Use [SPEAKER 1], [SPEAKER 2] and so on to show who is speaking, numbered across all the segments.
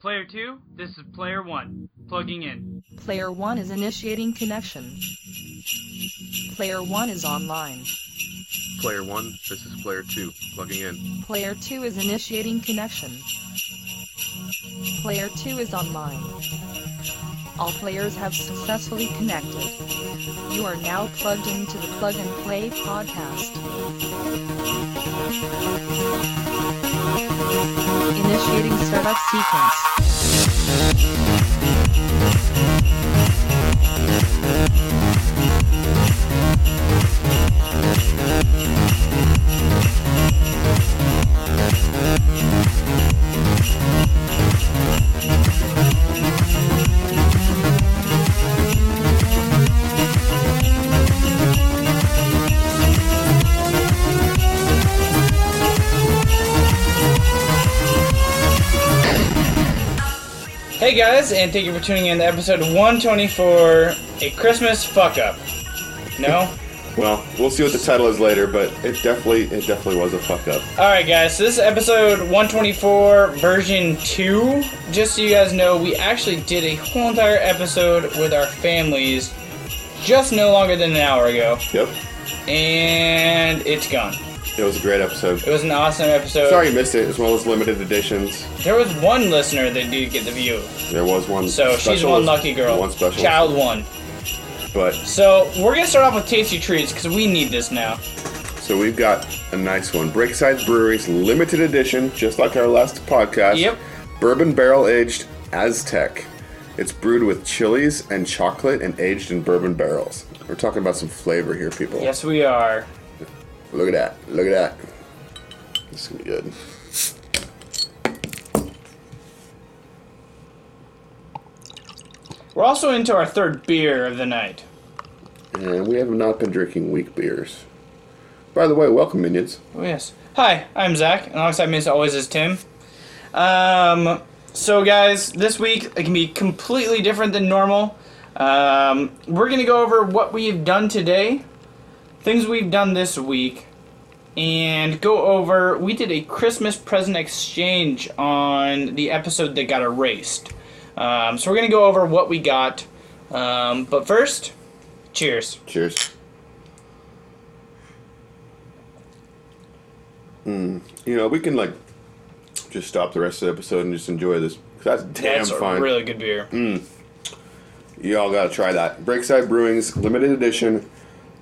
[SPEAKER 1] Player 2, this is Player 1. Plugging in.
[SPEAKER 2] Player 1 is initiating connection. Player 1 is online.
[SPEAKER 3] Player 1, this is Player 2, plugging in.
[SPEAKER 2] Player 2 is initiating connection. Player 2 is online. All players have successfully connected. You are now plugged into the Plug and Play podcast. Initiating startup sequence.
[SPEAKER 4] Hey guys, and thank you for tuning in to episode 124, a Christmas fuck up. No?
[SPEAKER 3] Well, we'll see what the title is later, but it definitely it definitely was a fuck up.
[SPEAKER 4] All right, guys. So this is episode 124, version two. Just so you guys know, we actually did a whole entire episode with our families, just no longer than an hour ago,
[SPEAKER 3] Yep.
[SPEAKER 4] and it's gone.
[SPEAKER 3] It was a great episode.
[SPEAKER 4] It was an awesome episode.
[SPEAKER 3] Sorry you missed it. It's one of those limited editions.
[SPEAKER 4] There was one listener that did get the view,
[SPEAKER 3] There was one.
[SPEAKER 4] so she's
[SPEAKER 3] special-
[SPEAKER 4] one lucky girl,
[SPEAKER 3] One special.
[SPEAKER 4] child one.
[SPEAKER 3] But
[SPEAKER 4] So we're gonna start off with tasty treats because we need this now.
[SPEAKER 3] so we've got a nice one. Breakside Brewery's limited edition, just like our last podcast.
[SPEAKER 4] Yep.
[SPEAKER 3] Bourbon barrel aged Aztec. It's brewed with chilies and chocolate and aged in bourbon barrels. We're talking about some flavor here, people.
[SPEAKER 4] Yes, we are.
[SPEAKER 3] Look at that. Look at that. This is gonna be good.
[SPEAKER 4] We're also into our third beer of the night.
[SPEAKER 3] And we have not been drinking weak beers. By the way, welcome, minions.
[SPEAKER 4] Oh, yes. Hi, I'm Zach, and alongside me as always is Tim. Um, so, guys, this week it can be completely different than normal. Um, we're going to go over what we've done today, things we've done this week, and go over. We did a Christmas present exchange on the episode that got erased. Um, so, we're going to go over what we got. Um, but first, cheers.
[SPEAKER 3] Cheers. Mm. You know, we can, like, just stop the rest of the episode and just enjoy this. 'cause That's damn
[SPEAKER 4] That's
[SPEAKER 3] fine.
[SPEAKER 4] a really good beer.
[SPEAKER 3] Y'all gotta try that. Breakside Brewing's limited edition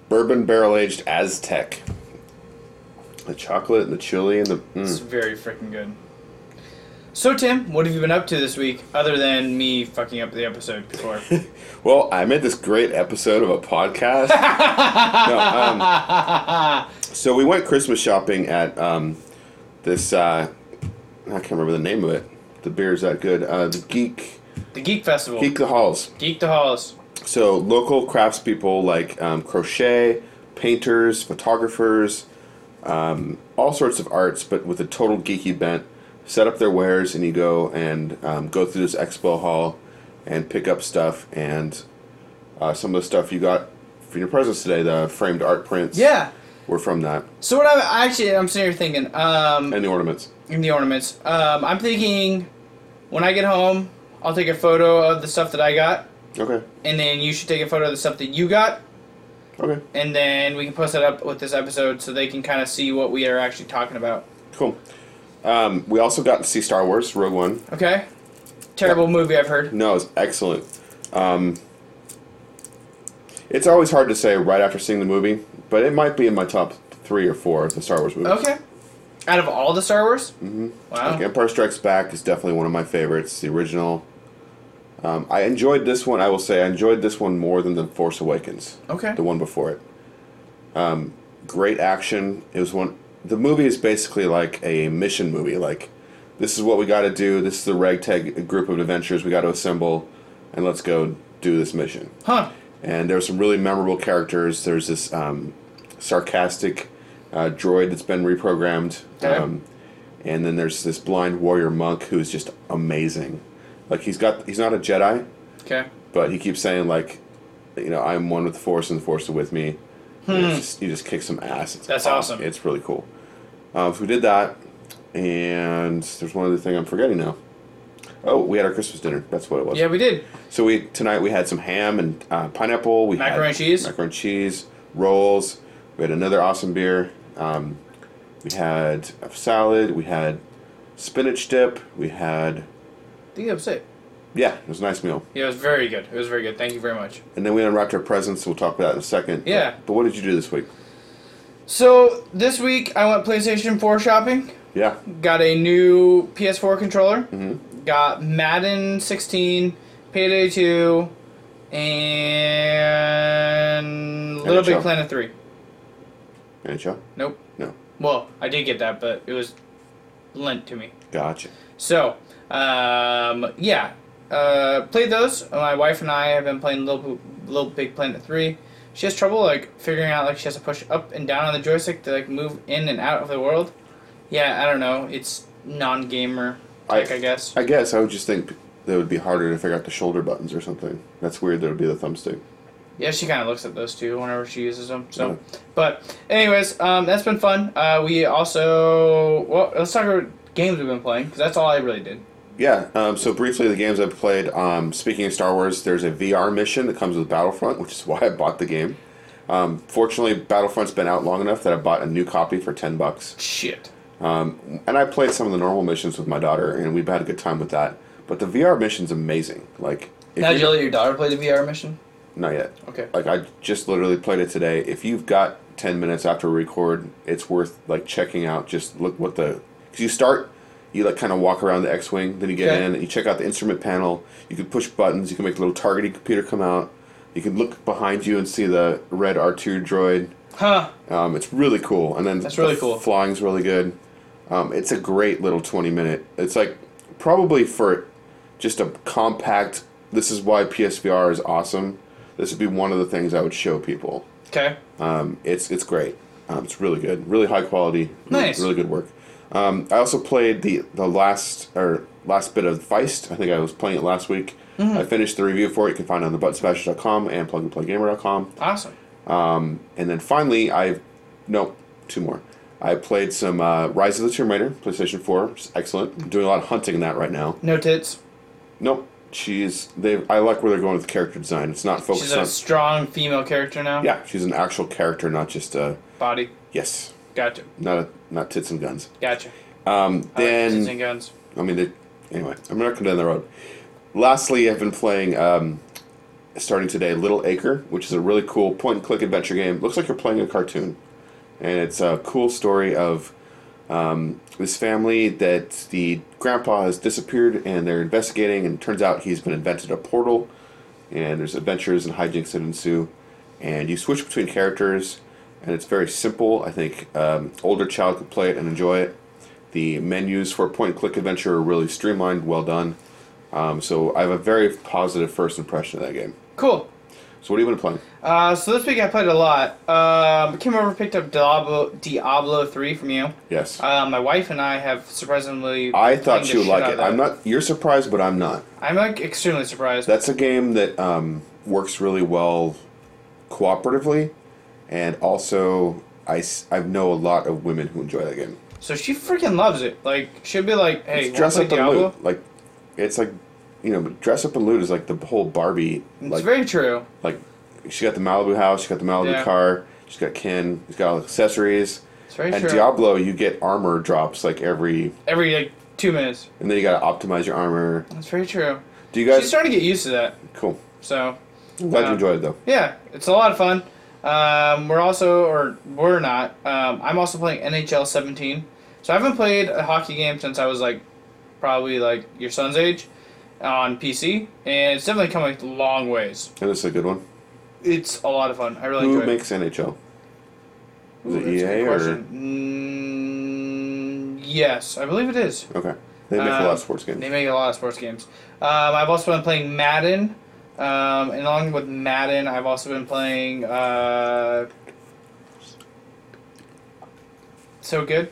[SPEAKER 3] bourbon barrel aged Aztec. The chocolate and the chili and the.
[SPEAKER 4] It's
[SPEAKER 3] Mm.
[SPEAKER 4] very freaking good. So Tim, what have you been up to this week other than me fucking up the episode before?
[SPEAKER 3] Well, I made this great episode of a podcast. No, um, so we went Christmas shopping at um, this. Uh, I can't remember the name of it. The beer's that good. Uh, the Geek
[SPEAKER 4] the Geek Festival,
[SPEAKER 3] Geek
[SPEAKER 4] Geek,
[SPEAKER 3] the Halls.
[SPEAKER 4] the Halls.
[SPEAKER 3] So local craftspeople like um, crochet, painters, photographers, um, all sorts of arts, but with a total geeky bent, set up their wares, and you go and um, go through this expo hall and pick up stuff. And uh, some of the stuff you got for your presents today, the framed art prints,
[SPEAKER 4] Yeah.
[SPEAKER 3] were from that,
[SPEAKER 4] So what I'm actually I'm sitting here thinking, um,
[SPEAKER 3] and the ornaments.
[SPEAKER 4] in the ornaments, um, I'm thinking when I get home, I'll take a photo of the stuff that I got,
[SPEAKER 3] Okay.
[SPEAKER 4] and then you should take a photo of the stuff that you got,
[SPEAKER 3] Okay.
[SPEAKER 4] and then we can post that up with this episode so they can kind of see what we are actually talking about.
[SPEAKER 3] Cool. Um, we also got to see Star Wars Rogue One.
[SPEAKER 4] Okay. Terrible movie I've heard.
[SPEAKER 3] No, it's excellent. Um, it's always hard to say right after seeing the movie, but it might be in my top three or four of the Star Wars movies.
[SPEAKER 4] Okay. Out of all the Star Wars? Mm-hmm. Wow.
[SPEAKER 3] Like, Empire Strikes Back is definitely one of my favorites, the original. Um, I enjoyed this one, I will say, I enjoyed this one more than The Force Awakens,
[SPEAKER 4] Okay.
[SPEAKER 3] the one before it. Um, great action. It was one. The movie is basically like a mission movie. Like, this is what we got to do, this is the ragtag group of adventurers we got to assemble, and let's go do this mission.
[SPEAKER 4] Huh.
[SPEAKER 3] and there's some really memorable characters. There's this um, sarcastic uh, droid that's been reprogrammed,
[SPEAKER 4] Okay.
[SPEAKER 3] um, and then there's this blind warrior monk who's just amazing. Like he's got he's not a Jedi,
[SPEAKER 4] Okay.
[SPEAKER 3] but he keeps saying like, you know, I'm one with the Force and the Force is with me. And it's just, you just kick some ass. It's
[SPEAKER 4] Hmm. That's awesome.
[SPEAKER 3] It's really cool. Um, so we did that, and there's one other thing I'm forgetting now. Oh, we had our Christmas dinner. That's what it was.
[SPEAKER 4] Yeah, we did.
[SPEAKER 3] So we tonight we had some ham and uh, pineapple. We
[SPEAKER 4] Macaroni
[SPEAKER 3] had
[SPEAKER 4] and cheese?
[SPEAKER 3] macaroni and cheese rolls. We had another awesome beer. Um, we had a salad. We had spinach dip. We had
[SPEAKER 4] I think that was it.
[SPEAKER 3] yeah, it was a nice meal.
[SPEAKER 4] Yeah, it was very good. It was very good. Thank you very much.
[SPEAKER 3] And then we unwrapped our presents. We'll talk about that in a second.
[SPEAKER 4] Yeah.
[SPEAKER 3] But, what did you do this week?
[SPEAKER 4] So this week I went PlayStation 4 shopping.
[SPEAKER 3] Yeah.
[SPEAKER 4] Got a new PS4 controller. Got Madden 16, Payday 2, and Little Big
[SPEAKER 3] NHL.
[SPEAKER 4] Planet 3.
[SPEAKER 3] NHL?
[SPEAKER 4] Nope.
[SPEAKER 3] No.
[SPEAKER 4] Well, I did get that, but it was lent to me.
[SPEAKER 3] Gotcha.
[SPEAKER 4] So, um, yeah, uh, played those. My wife and I have been playing Little, Little Big Planet Three. She has trouble like figuring out like she has to push up and down on the joystick to like move in and out of the world. Yeah, I don't know. It's non-gamer tech, I, guess.
[SPEAKER 3] I guess I would just think that it would be harder to figure out the shoulder buttons or something. That's weird. That would be the thumbstick.
[SPEAKER 4] yeah, she kind of looks at those two whenever she uses them. So,
[SPEAKER 3] Mm.
[SPEAKER 4] but anyways, um, that's been fun. Uh, we also well, let's talk about games we've been playing because that's all I really did.
[SPEAKER 3] Yeah. Um, so briefly, the games I've played. Um, speaking of Star Wars, there's a VR mission that comes with Battlefront, which is why I bought the game. Um, fortunately, Battlefront's been out long enough that I bought a new copy for ten bucks.
[SPEAKER 4] Shit.
[SPEAKER 3] Um, and I played some of the normal missions with my daughter, and we've had a good time with that. But the VR mission's amazing. Like, if
[SPEAKER 4] Now,
[SPEAKER 3] you're-
[SPEAKER 4] did you let your daughter play the VR mission?
[SPEAKER 3] not yet.
[SPEAKER 4] Okay.
[SPEAKER 3] like I just literally played it today. If you've got ten minutes after we record, it's worth like checking out. Just look what the because you start, you like kind of walk around the X-wing, then you get
[SPEAKER 4] Okay.
[SPEAKER 3] in and you check out the instrument panel. You can push buttons. You can make a little targeting computer come out. You can look behind you and see the red R two droid.
[SPEAKER 4] Huh.
[SPEAKER 3] Um, it's really cool, and then
[SPEAKER 4] That's
[SPEAKER 3] the
[SPEAKER 4] really cool.
[SPEAKER 3] Flying's really good. Um, it's a great little twenty minute. It's like probably for just a compact. This is why PSVR is awesome. This would be one of the things I would show people.
[SPEAKER 4] Okay.
[SPEAKER 3] Um, it's it's great. Um, it's really good. Really high quality. Really,
[SPEAKER 4] Nice.
[SPEAKER 3] Really good work. Um, I also played the the last or last bit of Feist. I think I was playing it last week.
[SPEAKER 4] Mm-hmm.
[SPEAKER 3] I finished the review for it. You can find it on thebuttonsmasher.com and plugandplaygamer.com.
[SPEAKER 4] Awesome.
[SPEAKER 3] And then finally, I no two more. I played some uh, Rise of the Tomb Raider, PlayStation Four. Which is excellent. I'm doing a lot of hunting in that right now.
[SPEAKER 4] No tits.
[SPEAKER 3] Nope, she's they. I like where they're going with the character design. It's not
[SPEAKER 4] She's
[SPEAKER 3] focused
[SPEAKER 4] a
[SPEAKER 3] on.
[SPEAKER 4] strong female character now.
[SPEAKER 3] Oh, yeah, she's an actual character, not just a
[SPEAKER 4] Body.
[SPEAKER 3] yes,
[SPEAKER 4] Gotcha.
[SPEAKER 3] not a, not tits and guns.
[SPEAKER 4] Gotcha.
[SPEAKER 3] Um,
[SPEAKER 4] I like
[SPEAKER 3] then
[SPEAKER 4] uh, tits and guns.
[SPEAKER 3] I mean, they, anyway, I'm not going down the road. Lastly, I've been playing, um, starting today, Little Acre, which is a really cool point and click adventure game. Looks like you're playing a cartoon. And it's a cool story of um, this family that the grandpa has disappeared and they're investigating, and it turns out he's been invented a portal, and there's adventures and hijinks that ensue. And you switch between characters, and it's very simple. I think um, older child could play it and enjoy it. The menus for point and click adventure are really streamlined, well done. Um, so I have a very positive first impression of that game.
[SPEAKER 4] Cool.
[SPEAKER 3] So what have you been playing?
[SPEAKER 4] Uh, so this week I played a lot. Um, came over, picked up Diablo, Diablo three from you.
[SPEAKER 3] Yes,
[SPEAKER 4] Uh, my wife and I have surprisingly.
[SPEAKER 3] I
[SPEAKER 4] been
[SPEAKER 3] thought
[SPEAKER 4] playing
[SPEAKER 3] you
[SPEAKER 4] the
[SPEAKER 3] would like
[SPEAKER 4] shit
[SPEAKER 3] it.
[SPEAKER 4] out of
[SPEAKER 3] I'm not. You're surprised, but I'm not.
[SPEAKER 4] I'm like extremely surprised.
[SPEAKER 3] That's a game that um, works really well cooperatively, and also I, s- I know a lot of women who enjoy that game.
[SPEAKER 4] so she freaking loves it. Like she'll be like, "Hey,
[SPEAKER 3] It's dress
[SPEAKER 4] wanna
[SPEAKER 3] up
[SPEAKER 4] play
[SPEAKER 3] and
[SPEAKER 4] Diablo?"
[SPEAKER 3] loot, like it's like you know, but dress up and loot is like the whole Barbie.
[SPEAKER 4] It's
[SPEAKER 3] Like
[SPEAKER 4] very true.
[SPEAKER 3] like she got the Malibu house, she got the Malibu
[SPEAKER 4] Yeah.
[SPEAKER 3] car, she's got Ken, she's got all the accessories.
[SPEAKER 4] It's very
[SPEAKER 3] And
[SPEAKER 4] true.
[SPEAKER 3] Diablo, you get armor drops like every,
[SPEAKER 4] Every like two minutes.
[SPEAKER 3] and then you gotta optimize your armor.
[SPEAKER 4] It's very true.
[SPEAKER 3] Do you
[SPEAKER 4] She's
[SPEAKER 3] guys?
[SPEAKER 4] starting to get used to that.
[SPEAKER 3] Cool.
[SPEAKER 4] So
[SPEAKER 3] I'm glad
[SPEAKER 4] Yeah.
[SPEAKER 3] you enjoyed it though.
[SPEAKER 4] Yeah, it's a lot of fun. Um, we're also, or we're not. Um, I'm also playing NHL 17. So I haven't played a hockey game since I was like, probably like your son's age, on PC, and it's definitely come a long ways.
[SPEAKER 3] And this is a good one.
[SPEAKER 4] It's a lot of fun. I really
[SPEAKER 3] Who
[SPEAKER 4] enjoy
[SPEAKER 3] makes NHL?
[SPEAKER 4] it.
[SPEAKER 3] Is
[SPEAKER 4] that's
[SPEAKER 3] it
[SPEAKER 4] a good
[SPEAKER 3] EA or-
[SPEAKER 4] question. Mm, yes, I believe it is.
[SPEAKER 3] Okay. They make a lot
[SPEAKER 4] Um,
[SPEAKER 3] of sports games.
[SPEAKER 4] They make a lot of sports games. Um, I've also been playing Madden, um, and along with Madden, I've also been playing. Uh, so good,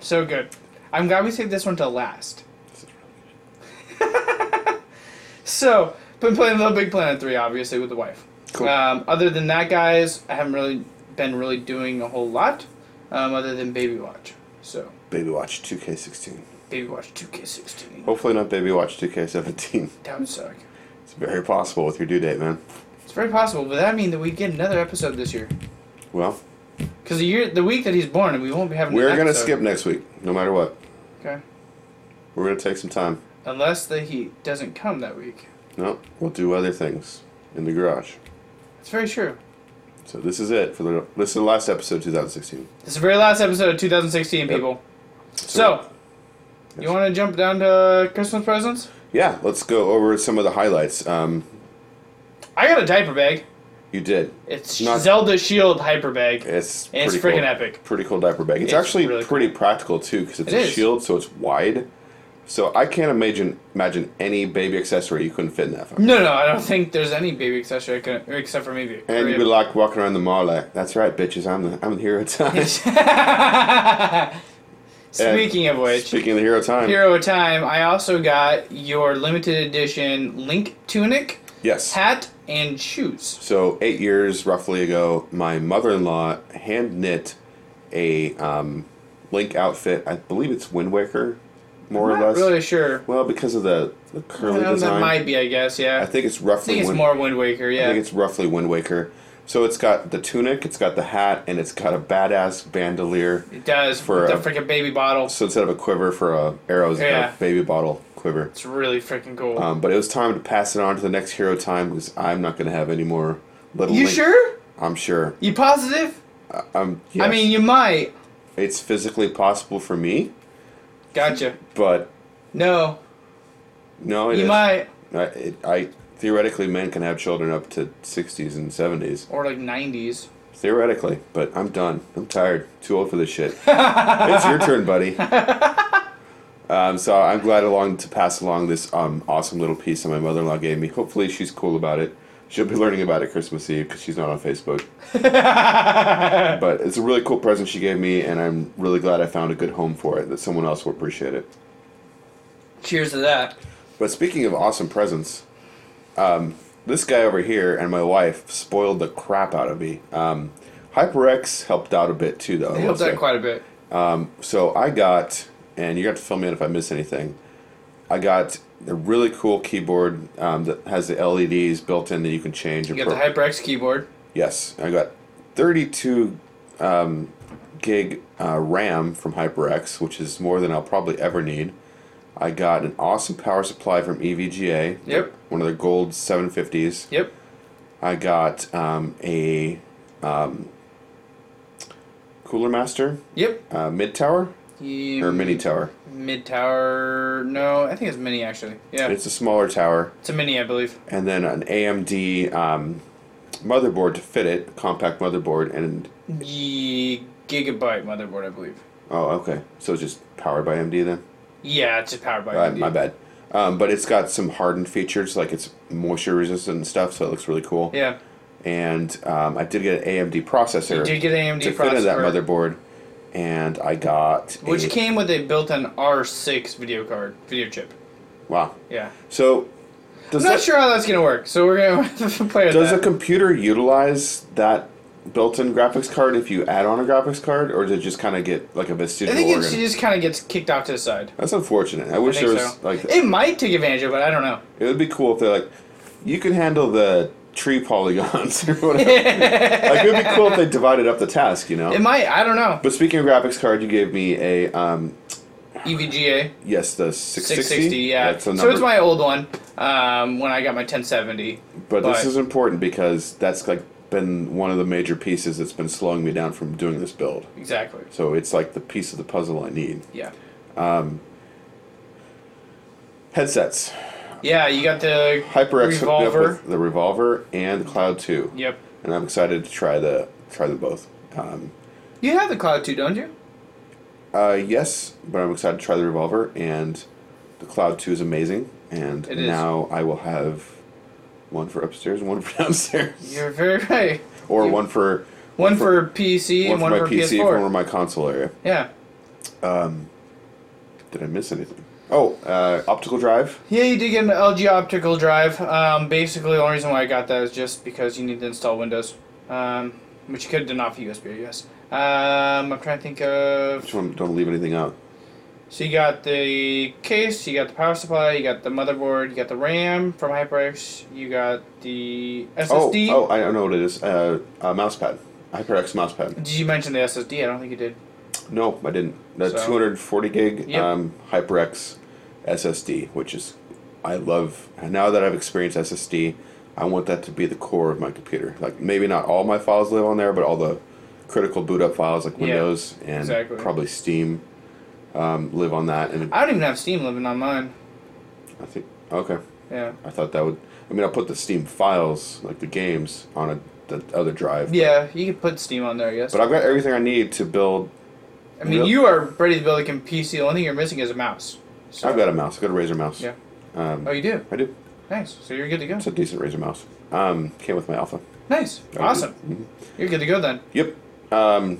[SPEAKER 4] so good. I'm glad we saved this one to last. so, been playing Little Big Planet three, obviously, with the wife.
[SPEAKER 3] Cool.
[SPEAKER 4] Um, other than that, guys, I haven't really been really doing a whole lot, um, other than baby watch. So.
[SPEAKER 3] Baby Watch 2K16.
[SPEAKER 4] Baby Watch 2K16.
[SPEAKER 3] Hopefully not Baby Watch 2K17.
[SPEAKER 4] That would suck.
[SPEAKER 3] It's very possible with your due date, man.
[SPEAKER 4] It's very possible, but that mean that we get another episode this year.
[SPEAKER 3] Well,
[SPEAKER 4] Because the year, the week that he's born, and we won't be having. an
[SPEAKER 3] we're gonna
[SPEAKER 4] episode.
[SPEAKER 3] skip next week, no matter what.
[SPEAKER 4] Okay.
[SPEAKER 3] We're gonna take some time.
[SPEAKER 4] Unless the heat doesn't come that week.
[SPEAKER 3] No, we'll do other things in the garage.
[SPEAKER 4] That's very true.
[SPEAKER 3] So this is it for the this is the last episode, 2016.
[SPEAKER 4] This is the very last episode of 2016, people. So, you want to jump down to Christmas presents?
[SPEAKER 3] yeah, let's go over some of the highlights. Um,
[SPEAKER 4] I got a diaper bag.
[SPEAKER 3] you did.
[SPEAKER 4] It's
[SPEAKER 3] Not-
[SPEAKER 4] Zelda Shield hyper bag.
[SPEAKER 3] It's
[SPEAKER 4] And it's
[SPEAKER 3] pretty
[SPEAKER 4] freaking
[SPEAKER 3] cool.
[SPEAKER 4] epic.
[SPEAKER 3] Pretty cool diaper bag.
[SPEAKER 4] It's
[SPEAKER 3] It's, actually
[SPEAKER 4] really
[SPEAKER 3] pretty practical too because it's
[SPEAKER 4] It
[SPEAKER 3] a
[SPEAKER 4] is.
[SPEAKER 3] shield, so it's wide. So I can't imagine imagine any baby accessory you couldn't fit in that. fucker.
[SPEAKER 4] No, no, I don't think there's any baby accessory I could, except for maybe. a
[SPEAKER 3] And you'd be
[SPEAKER 4] crib.
[SPEAKER 3] like walking around the mall like, "That's right, bitches. I'm the I'm the hero of time." And
[SPEAKER 4] Speaking of which,
[SPEAKER 3] speaking of the hero of time,
[SPEAKER 4] Hero Time, I also got your limited edition Link tunic,
[SPEAKER 3] yes.
[SPEAKER 4] hat, and shoes.
[SPEAKER 3] So eight years roughly ago, my mother-in-law hand knit a um, Link outfit. I believe it's Wind Waker, more
[SPEAKER 4] I'm
[SPEAKER 3] or
[SPEAKER 4] not
[SPEAKER 3] less.
[SPEAKER 4] really sure.
[SPEAKER 3] Well, because of the, the curly
[SPEAKER 4] Well, that
[SPEAKER 3] design,
[SPEAKER 4] might be, I guess, yeah.
[SPEAKER 3] I think it's roughly.
[SPEAKER 4] it's
[SPEAKER 3] Wind-
[SPEAKER 4] more Wind Waker, yeah.
[SPEAKER 3] I think it's roughly Wind Waker. So it's got the tunic, it's got the hat, and it's got a badass bandolier.
[SPEAKER 4] it does, for
[SPEAKER 3] for
[SPEAKER 4] the
[SPEAKER 3] a-
[SPEAKER 4] freaking baby bottle.
[SPEAKER 3] So instead of a quiver for a arrows, it's got
[SPEAKER 4] Yeah.
[SPEAKER 3] a baby bottle quiver.
[SPEAKER 4] It's really freaking cool.
[SPEAKER 3] Um, but it was time to pass it on to the next hero time because I'm not going to have any more little.
[SPEAKER 4] you
[SPEAKER 3] Link.
[SPEAKER 4] sure?
[SPEAKER 3] I'm sure.
[SPEAKER 4] You positive?
[SPEAKER 3] Um,
[SPEAKER 4] I
[SPEAKER 3] yes.
[SPEAKER 4] mean, you might.
[SPEAKER 3] it's physically possible for me,
[SPEAKER 4] Gotcha.
[SPEAKER 3] but
[SPEAKER 4] No,
[SPEAKER 3] no, it
[SPEAKER 4] you
[SPEAKER 3] is-
[SPEAKER 4] might.
[SPEAKER 3] I, it, I theoretically, men can have children up to sixties and seventies.
[SPEAKER 4] Or like 90s.
[SPEAKER 3] Theoretically, but I'm done. I'm tired. Too old for this shit. it's your turn, buddy. Um, so I'm glad along to pass along this um, awesome little piece that my mother-in-law gave me. Hopefully, she's cool about it. She'll be learning about it Christmas Eve because she's not on Facebook. but it's a really cool present she gave me, and I'm really glad I found a good home for it. That someone else will appreciate it.
[SPEAKER 4] Cheers to that.
[SPEAKER 3] But speaking of awesome presents, um, this guy over here and my wife spoiled the crap out of me. Um, HyperX helped out a bit too, though.
[SPEAKER 4] I
[SPEAKER 3] I will
[SPEAKER 4] helped
[SPEAKER 3] say.
[SPEAKER 4] out quite a bit.
[SPEAKER 3] so I got, and you got to fill me in if I miss anything. I got a really cool keyboard um, that has the LEDs built in that you can change.
[SPEAKER 4] You got the HyperX keyboard.
[SPEAKER 3] Yes, I got 32 um, gig uh, RAM from HyperX, which is more than I'll probably ever need. I got an awesome power supply from E EVGA.
[SPEAKER 4] Yep.
[SPEAKER 3] One of their gold 750s.
[SPEAKER 4] Yep.
[SPEAKER 3] I got um, a um, Cooler Master,
[SPEAKER 4] Yep.
[SPEAKER 3] uh, mid tower or
[SPEAKER 4] Mm-hmm.
[SPEAKER 3] mini tower.
[SPEAKER 4] Mid tower. No, I think it's mini actually. Yeah. It's,
[SPEAKER 3] It's a smaller tower,
[SPEAKER 4] a mini, I believe.
[SPEAKER 3] and then an AMD um, motherboard to fit it, compact motherboard, and
[SPEAKER 4] Ye- gigabyte motherboard, I believe.
[SPEAKER 3] oh, okay, so it's just powered by AMD then.
[SPEAKER 4] Yeah, it's just powered by.
[SPEAKER 3] Uh,
[SPEAKER 4] AMD.
[SPEAKER 3] my bad. Um, but it's got some hardened features, like it's moisture resistant and stuff, so it looks really cool.
[SPEAKER 4] Yeah.
[SPEAKER 3] And um, I did get an AMD processor.
[SPEAKER 4] You did get an AMD
[SPEAKER 3] to fit into that
[SPEAKER 4] processor.
[SPEAKER 3] motherboard, and I got
[SPEAKER 4] Which
[SPEAKER 3] a-
[SPEAKER 4] came with a built-in R6 video card, video chip.
[SPEAKER 3] wow.
[SPEAKER 4] Yeah.
[SPEAKER 3] So does
[SPEAKER 4] I'm not
[SPEAKER 3] that,
[SPEAKER 4] sure how that's gonna work, so we're gonna play with
[SPEAKER 3] does a
[SPEAKER 4] that.
[SPEAKER 3] computer utilize that built-in graphics card if you add on a graphics card, or does it just kind of get like a
[SPEAKER 4] I
[SPEAKER 3] vestigial
[SPEAKER 4] think it
[SPEAKER 3] organ?
[SPEAKER 4] just kind of gets kicked off to the side.
[SPEAKER 3] That's unfortunate. I
[SPEAKER 4] I
[SPEAKER 3] wish
[SPEAKER 4] think
[SPEAKER 3] there was
[SPEAKER 4] so.
[SPEAKER 3] like
[SPEAKER 4] it might take advantage of it. I don't know.
[SPEAKER 3] It would be cool if they're like, you can handle the tree polygons or whatever. like it would be cool if they divided up the task, you know.
[SPEAKER 4] It might. I don't know.
[SPEAKER 3] but speaking of graphics card, you gave me a um,
[SPEAKER 4] E EVGA
[SPEAKER 3] yes, the six sixty.
[SPEAKER 4] yeah.
[SPEAKER 3] that's a number.
[SPEAKER 4] so it's my old one. Um, when I got my 1070.
[SPEAKER 3] but this
[SPEAKER 4] but-
[SPEAKER 3] is important because that's like been one of the major pieces that's been slowing me down from doing this build.
[SPEAKER 4] Exactly.
[SPEAKER 3] So it's like the piece of the puzzle I need.
[SPEAKER 4] Yeah.
[SPEAKER 3] Headsets.
[SPEAKER 4] Yeah, you got the
[SPEAKER 3] HyperX hooked me up
[SPEAKER 4] revolver.
[SPEAKER 3] with the revolver and the Cloud Two.
[SPEAKER 4] Yep.
[SPEAKER 3] And I'm excited to try the try them both. Um,
[SPEAKER 4] You have the Cloud 2, don't you?
[SPEAKER 3] Uh, yes, but I'm excited to try the revolver, and the Cloud Two is amazing. And
[SPEAKER 4] It is.
[SPEAKER 3] now I will have one for upstairs, and one for downstairs,
[SPEAKER 4] You're very right.
[SPEAKER 3] or
[SPEAKER 4] you-
[SPEAKER 3] one for
[SPEAKER 4] One for PC
[SPEAKER 3] one
[SPEAKER 4] and
[SPEAKER 3] for
[SPEAKER 4] one
[SPEAKER 3] my
[SPEAKER 4] for
[SPEAKER 3] PC,
[SPEAKER 4] PS4.
[SPEAKER 3] one for my console area.
[SPEAKER 4] yeah.
[SPEAKER 3] Did I miss anything? Oh, uh, optical drive.
[SPEAKER 4] Yeah, you did get an LG optical drive. Um, basically, the only reason why I got that is just because you need to install Windows, um, which you could have done off of USB, I guess. Um, I'm trying to think of.
[SPEAKER 3] Just want, don't leave anything out.
[SPEAKER 4] So you got the case, you got the power supply, you got the motherboard, you got the RAM from HyperX, you got the
[SPEAKER 3] Oh,
[SPEAKER 4] SSD.
[SPEAKER 3] oh, I don't know what it is. Uh, a mouse pad. HyperX mouse pad.
[SPEAKER 4] Did you mention the SSD? I don't think you did.
[SPEAKER 3] No, I didn't. The
[SPEAKER 4] So-
[SPEAKER 3] 240 gig
[SPEAKER 4] Yep.
[SPEAKER 3] um, HyperX SSD, which is, I love. and Now that I've experienced SSD, I want that to be the core of my computer. Like maybe not all my files live on there, but all the critical boot up files like
[SPEAKER 4] Yeah,
[SPEAKER 3] Windows and
[SPEAKER 4] exactly.
[SPEAKER 3] probably Steam um, live on that. And
[SPEAKER 4] I don't even have Steam living on mine.
[SPEAKER 3] I think okay,
[SPEAKER 4] Yeah.
[SPEAKER 3] I thought that would. I mean, I'll put the Steam files like the games on a, the other drive.
[SPEAKER 4] Yeah, you could put Steam on there, I guess.
[SPEAKER 3] But I've got everything I need to build
[SPEAKER 4] I mean,
[SPEAKER 3] Yep.
[SPEAKER 4] you are ready to build a com- PC. The only thing you're missing is a mouse. So-
[SPEAKER 3] I've got a mouse. I've got a Razer mouse.
[SPEAKER 4] Yeah.
[SPEAKER 3] Um,
[SPEAKER 4] Oh, you do?
[SPEAKER 3] I do.
[SPEAKER 4] Nice. So you're good to go.
[SPEAKER 3] It's a decent Razer mouse. Um, came with my Alpha.
[SPEAKER 4] Nice.
[SPEAKER 3] I mm-hmm. do.
[SPEAKER 4] Awesome. You're good to go then.
[SPEAKER 3] Yep. Um,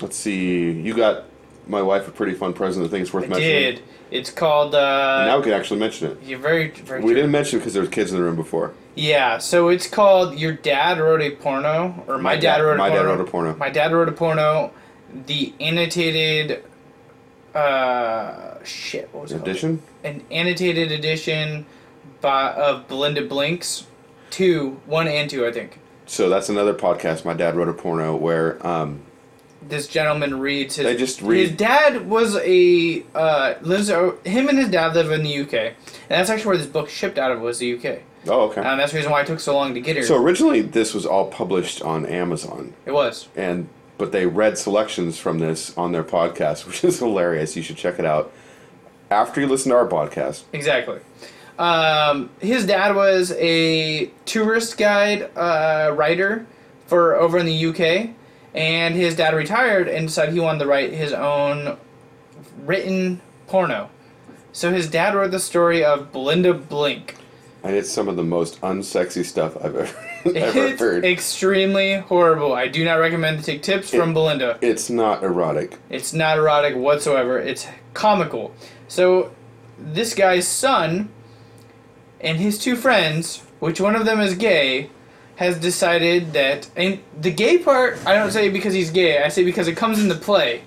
[SPEAKER 3] let's see. You got my wife a pretty fun present. I think it's worth
[SPEAKER 4] I
[SPEAKER 3] mentioning.
[SPEAKER 4] did. It's called.
[SPEAKER 3] And now
[SPEAKER 4] Uh,
[SPEAKER 3] we can actually mention it.
[SPEAKER 4] you're very. very
[SPEAKER 3] We didn't mention it because there was kids in the room before.
[SPEAKER 4] Yeah. So it's called "Your Dad Wrote a Porno" or "My,
[SPEAKER 3] My
[SPEAKER 4] Dad,
[SPEAKER 3] Dad-
[SPEAKER 4] Wrote a
[SPEAKER 3] My Dad
[SPEAKER 4] Porno."
[SPEAKER 3] Wrote a Porno.
[SPEAKER 4] My Dad Wrote a Porno. The annotated. Uh, shit. What was it? called?
[SPEAKER 3] Edition.
[SPEAKER 4] An annotated edition, by of Belinda Blinks, two, one and two, I think.
[SPEAKER 3] So that's another podcast. My dad wrote a porno where um,
[SPEAKER 4] this gentleman reads his.
[SPEAKER 3] They just read.
[SPEAKER 4] His dad was a uh, lives. o- Him and his dad live in the UK, and that's actually where this book shipped out of was the UK.
[SPEAKER 3] oh okay.
[SPEAKER 4] Um, that's the reason why it took so long to get here.
[SPEAKER 3] so originally this was all published on Amazon,
[SPEAKER 4] it was.
[SPEAKER 3] and but they read selections from this on their podcast, which is hilarious. You should check it out after you listen to our podcast.
[SPEAKER 4] Exactly. Um, his dad was a tourist guide uh, writer for over in the UK, and his dad retired and decided he wanted to write his own written porno. So his dad wrote the story of Belinda Blink.
[SPEAKER 3] And it's some of the most unsexy stuff I've ever ever
[SPEAKER 4] It's
[SPEAKER 3] heard.
[SPEAKER 4] extremely horrible. I do not recommend to take tips from
[SPEAKER 3] It-
[SPEAKER 4] Belinda.
[SPEAKER 3] It's not erotic.
[SPEAKER 4] It's not erotic whatsoever. It's comical. So, this guy's son and his two friends, which one of them is gay, has decided that. And the gay part, I don't say because he's gay. I say because it comes into play.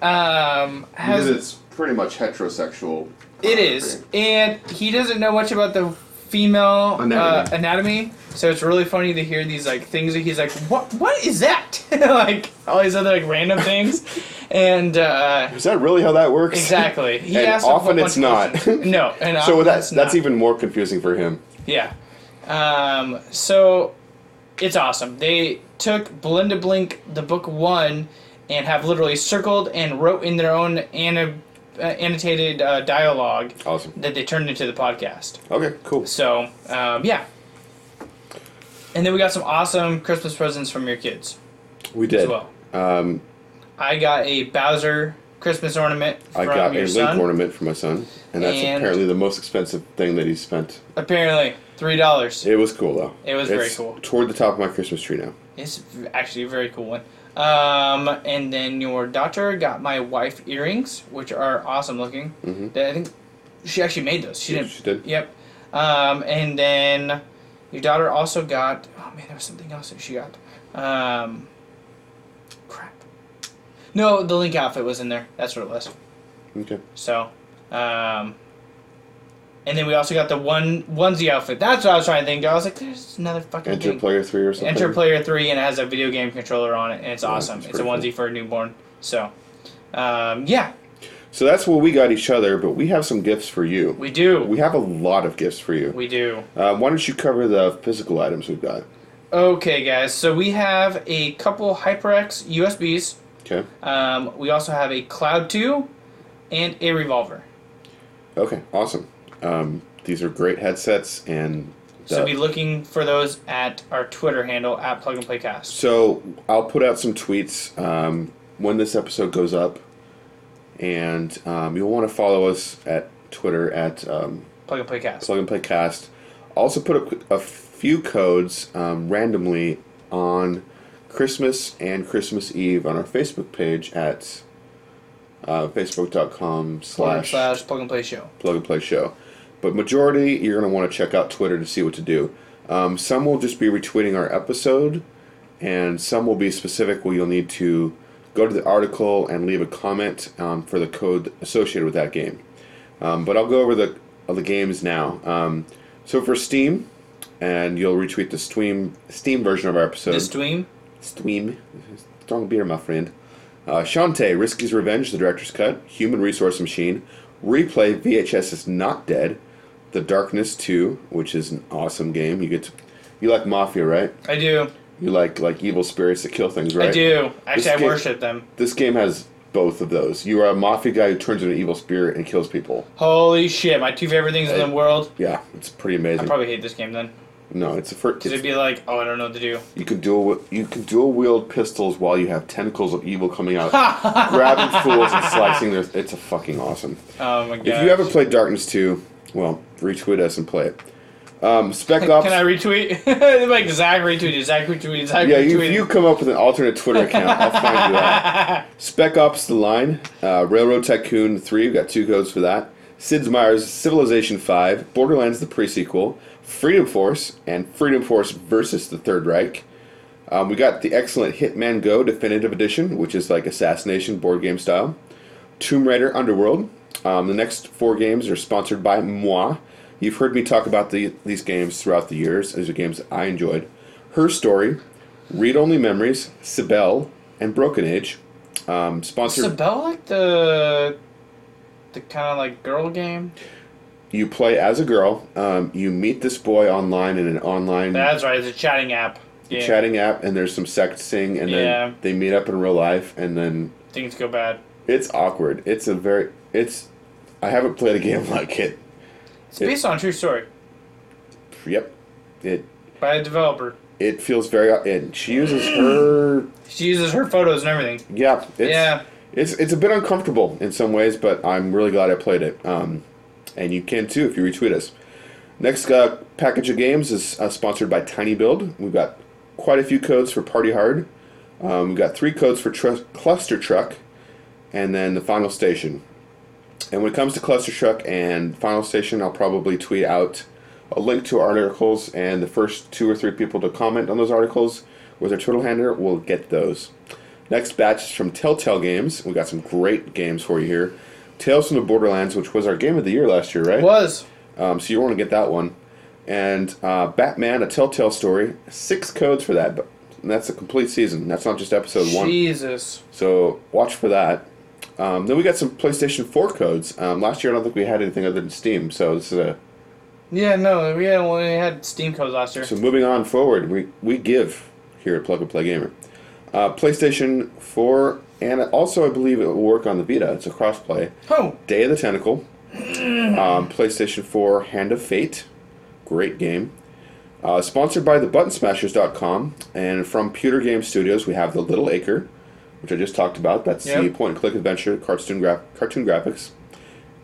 [SPEAKER 4] Um, has
[SPEAKER 3] pretty much heterosexual.
[SPEAKER 4] it is, and he doesn't know much about the female anatomy.
[SPEAKER 3] Anatomy.
[SPEAKER 4] Uh, anatomy. So it's really funny to hear these like things that he's like, what? What is that? like all these other like random things, and uh,
[SPEAKER 3] Is that really how that works?
[SPEAKER 4] exactly. He
[SPEAKER 3] And
[SPEAKER 4] asks a
[SPEAKER 3] often
[SPEAKER 4] whole bunch
[SPEAKER 3] it's
[SPEAKER 4] of
[SPEAKER 3] not.
[SPEAKER 4] questions. no, and often
[SPEAKER 3] so
[SPEAKER 4] it's
[SPEAKER 3] that's
[SPEAKER 4] not.
[SPEAKER 3] that's even more confusing for him.
[SPEAKER 4] Yeah. Um, so it's awesome. They took Belinda Blink, the book one, and have literally circled and wrote in their own anno- uh, annotated uh, dialogue
[SPEAKER 3] Awesome.
[SPEAKER 4] that they turned into the podcast.
[SPEAKER 3] Okay, cool.
[SPEAKER 4] So, um, yeah. And then we got some awesome Christmas presents from your kids
[SPEAKER 3] We did.
[SPEAKER 4] as well.
[SPEAKER 3] Um,
[SPEAKER 4] I got a Bowser Christmas ornament from
[SPEAKER 3] I got a
[SPEAKER 4] your
[SPEAKER 3] link
[SPEAKER 4] son.
[SPEAKER 3] ornament for my son, and that's
[SPEAKER 4] And-
[SPEAKER 3] apparently the most expensive thing that he spent.
[SPEAKER 4] Apparently, three dollars.
[SPEAKER 3] It was cool though.
[SPEAKER 4] It was
[SPEAKER 3] it's
[SPEAKER 4] very cool.
[SPEAKER 3] Toward the top of my Christmas tree now.
[SPEAKER 4] It's v- actually a very cool one. Um, and then your daughter got my wife earrings, which are awesome looking.
[SPEAKER 3] Mhm.
[SPEAKER 4] They- I think she actually made those. She
[SPEAKER 3] Yeah,
[SPEAKER 4] didn't.
[SPEAKER 3] she did.
[SPEAKER 4] Yep. Um, and then your daughter also got. Oh man, there was something else that she got. Um, crap. No, the link outfit was in there. That's what it was.
[SPEAKER 3] Okay.
[SPEAKER 4] So, um, and then we also got the one onesie outfit. That's what I was trying to think. I was like, there's another fucking
[SPEAKER 3] Enter
[SPEAKER 4] thing.
[SPEAKER 3] player three or something.
[SPEAKER 4] Enter Player Three, and it has a video game controller on it, and it's
[SPEAKER 3] Yeah,
[SPEAKER 4] awesome.
[SPEAKER 3] it's
[SPEAKER 4] It's a onesie
[SPEAKER 3] pretty
[SPEAKER 4] for a newborn. So, um, yeah,
[SPEAKER 3] So that's what we got each other, but we have some gifts for you.
[SPEAKER 4] we do,
[SPEAKER 3] We
[SPEAKER 4] we,
[SPEAKER 3] have a lot of gifts for you.
[SPEAKER 4] do.
[SPEAKER 3] Uh, why don't you cover the physical items we've got?
[SPEAKER 4] Okay, guys. So we have a couple HyperX USBs.
[SPEAKER 3] Okay.
[SPEAKER 4] Um, we also have a Cloud Two, and a revolver.
[SPEAKER 3] Okay. Awesome. Um, these are great headsets, and
[SPEAKER 4] So
[SPEAKER 3] the-
[SPEAKER 4] be looking for those at our Twitter handle at Plug and Play Cast.
[SPEAKER 3] so I'll put out some tweets um, when this episode goes up, and um, you'll want to follow us at Twitter at um,
[SPEAKER 4] Plug and Play Cast.
[SPEAKER 3] Plug and Play Cast. Also, put up a few codes um, randomly on Christmas and Christmas Eve on our Facebook page at uh, facebook.com
[SPEAKER 4] Forward
[SPEAKER 3] slash
[SPEAKER 4] slash Plug and Play Show.
[SPEAKER 3] plug and play show. But majority, you're going to want to check out Twitter to see what to do. Um, some will just be retweeting our episode, and some will be specific where you'll need to go to the article and leave a comment um, for the code associated with that game. Um, but I'll go over the of the games now. Um, so for Steam, and you'll retweet the Steam Steam version of our episode.
[SPEAKER 4] This dream.
[SPEAKER 3] Steam, strong beer, my friend. Uh, Shantae, Risky's Revenge, The Director's Cut, Human Resource Machine, Replay, VHS is Not Dead, The Darkness 2, which is an awesome game. You get to, you like Mafia, right?
[SPEAKER 4] I do.
[SPEAKER 3] You like like evil spirits that kill things, right?
[SPEAKER 4] I do. Actually, I
[SPEAKER 3] game-
[SPEAKER 4] worship them.
[SPEAKER 3] This game has both of those. You are a Mafia guy who turns into an evil spirit and kills people.
[SPEAKER 4] Holy shit! My two favorite things
[SPEAKER 3] I-
[SPEAKER 4] in the world.
[SPEAKER 3] Yeah, it's pretty
[SPEAKER 4] I
[SPEAKER 3] amazing.
[SPEAKER 4] probably hate this game then,
[SPEAKER 3] no, it's a first.
[SPEAKER 4] because it'd be like, oh, I don't know what to do.
[SPEAKER 3] You can dual you can dual wield pistols while you have tentacles of evil coming out, grabbing fools and slicing their. It's a fucking awesome.
[SPEAKER 4] Oh my god.
[SPEAKER 3] If you ever played Darkness 2, well, retweet us and play it. Um, Spec Ops.
[SPEAKER 4] Can I retweet? like Zach retweeted, Zach retweeted, Zach
[SPEAKER 3] yeah, you,
[SPEAKER 4] retweeted.
[SPEAKER 3] if you come up with an alternate Twitter account, I'll find you out. Spec Ops: The Line, uh, Railroad Tycoon 3. We've got two codes for that. Sid's Meier's Civilization 5, Borderlands: The Prequel, Freedom Force, and Freedom Force versus the Third Reich. Um, we got the excellent Hitman Go Definitive Edition, which is like assassination board game style. Tomb Raider Underworld. Um, the next four games are sponsored by moi. You've heard me talk about the, these games throughout the years. These are games I enjoyed. Her Story, Read Only Memories, Sibel, and Broken Age. Um,
[SPEAKER 4] Is
[SPEAKER 3] sponsored.
[SPEAKER 4] Sabella like the the kind of like girl game?
[SPEAKER 3] you play as a girl. Um, you meet this boy online in an online
[SPEAKER 4] That's right. It's a chatting app. Yeah.
[SPEAKER 3] chatting app, and there's some sexting, and
[SPEAKER 4] Yeah.
[SPEAKER 3] then they meet up in real life, and then
[SPEAKER 4] Things go bad.
[SPEAKER 3] it's awkward. It's a very. It's. I haven't played a game like it.
[SPEAKER 4] It's based on a true story
[SPEAKER 3] Yep. It
[SPEAKER 4] by a developer.
[SPEAKER 3] it feels very and she uses her
[SPEAKER 4] She uses her photos and everything.
[SPEAKER 3] yeah it's,
[SPEAKER 4] Yeah.
[SPEAKER 3] it's it's a bit uncomfortable in some ways but i'm really glad i played it um, and you can too if you retweet us next uh, package of games is uh, sponsored by tiny build we've got quite a few codes for party hard um, we've got three codes for tru- cluster truck and then the final station and when it comes to cluster truck and final station i'll probably tweet out a link to our articles and the first two or three people to comment on those articles with our twitter handler will get those next batch is from telltale games we got some great games for you here tales from the borderlands which was our game of the year last year right
[SPEAKER 4] Was
[SPEAKER 3] um, so you want to get that one. And uh, Batman, a Telltale Story, six codes for that. But and that's a complete season. That's not just episode one.
[SPEAKER 4] Jesus.
[SPEAKER 3] So watch for that. Um, then we got some PlayStation 4 codes. Um, last year, I don't think we had anything other than Steam. So this is a
[SPEAKER 4] Yeah, no, we had we had Steam codes last year.
[SPEAKER 3] so moving on forward. We we give here at Plug and Play Gamer, uh, PlayStation 4, and also I believe it will work on the Vita. It's a crossplay.
[SPEAKER 4] oh,
[SPEAKER 3] Day of the Tentacle, um, PlayStation 4, Hand of Fate, great game. Uh, sponsored by thebuttonsmashers.com and from Pewter Game Studios, we have The Little Acre, which I just talked about. That's the
[SPEAKER 4] Yep.
[SPEAKER 3] point and click adventure, cartoon, gra- cartoon graphics.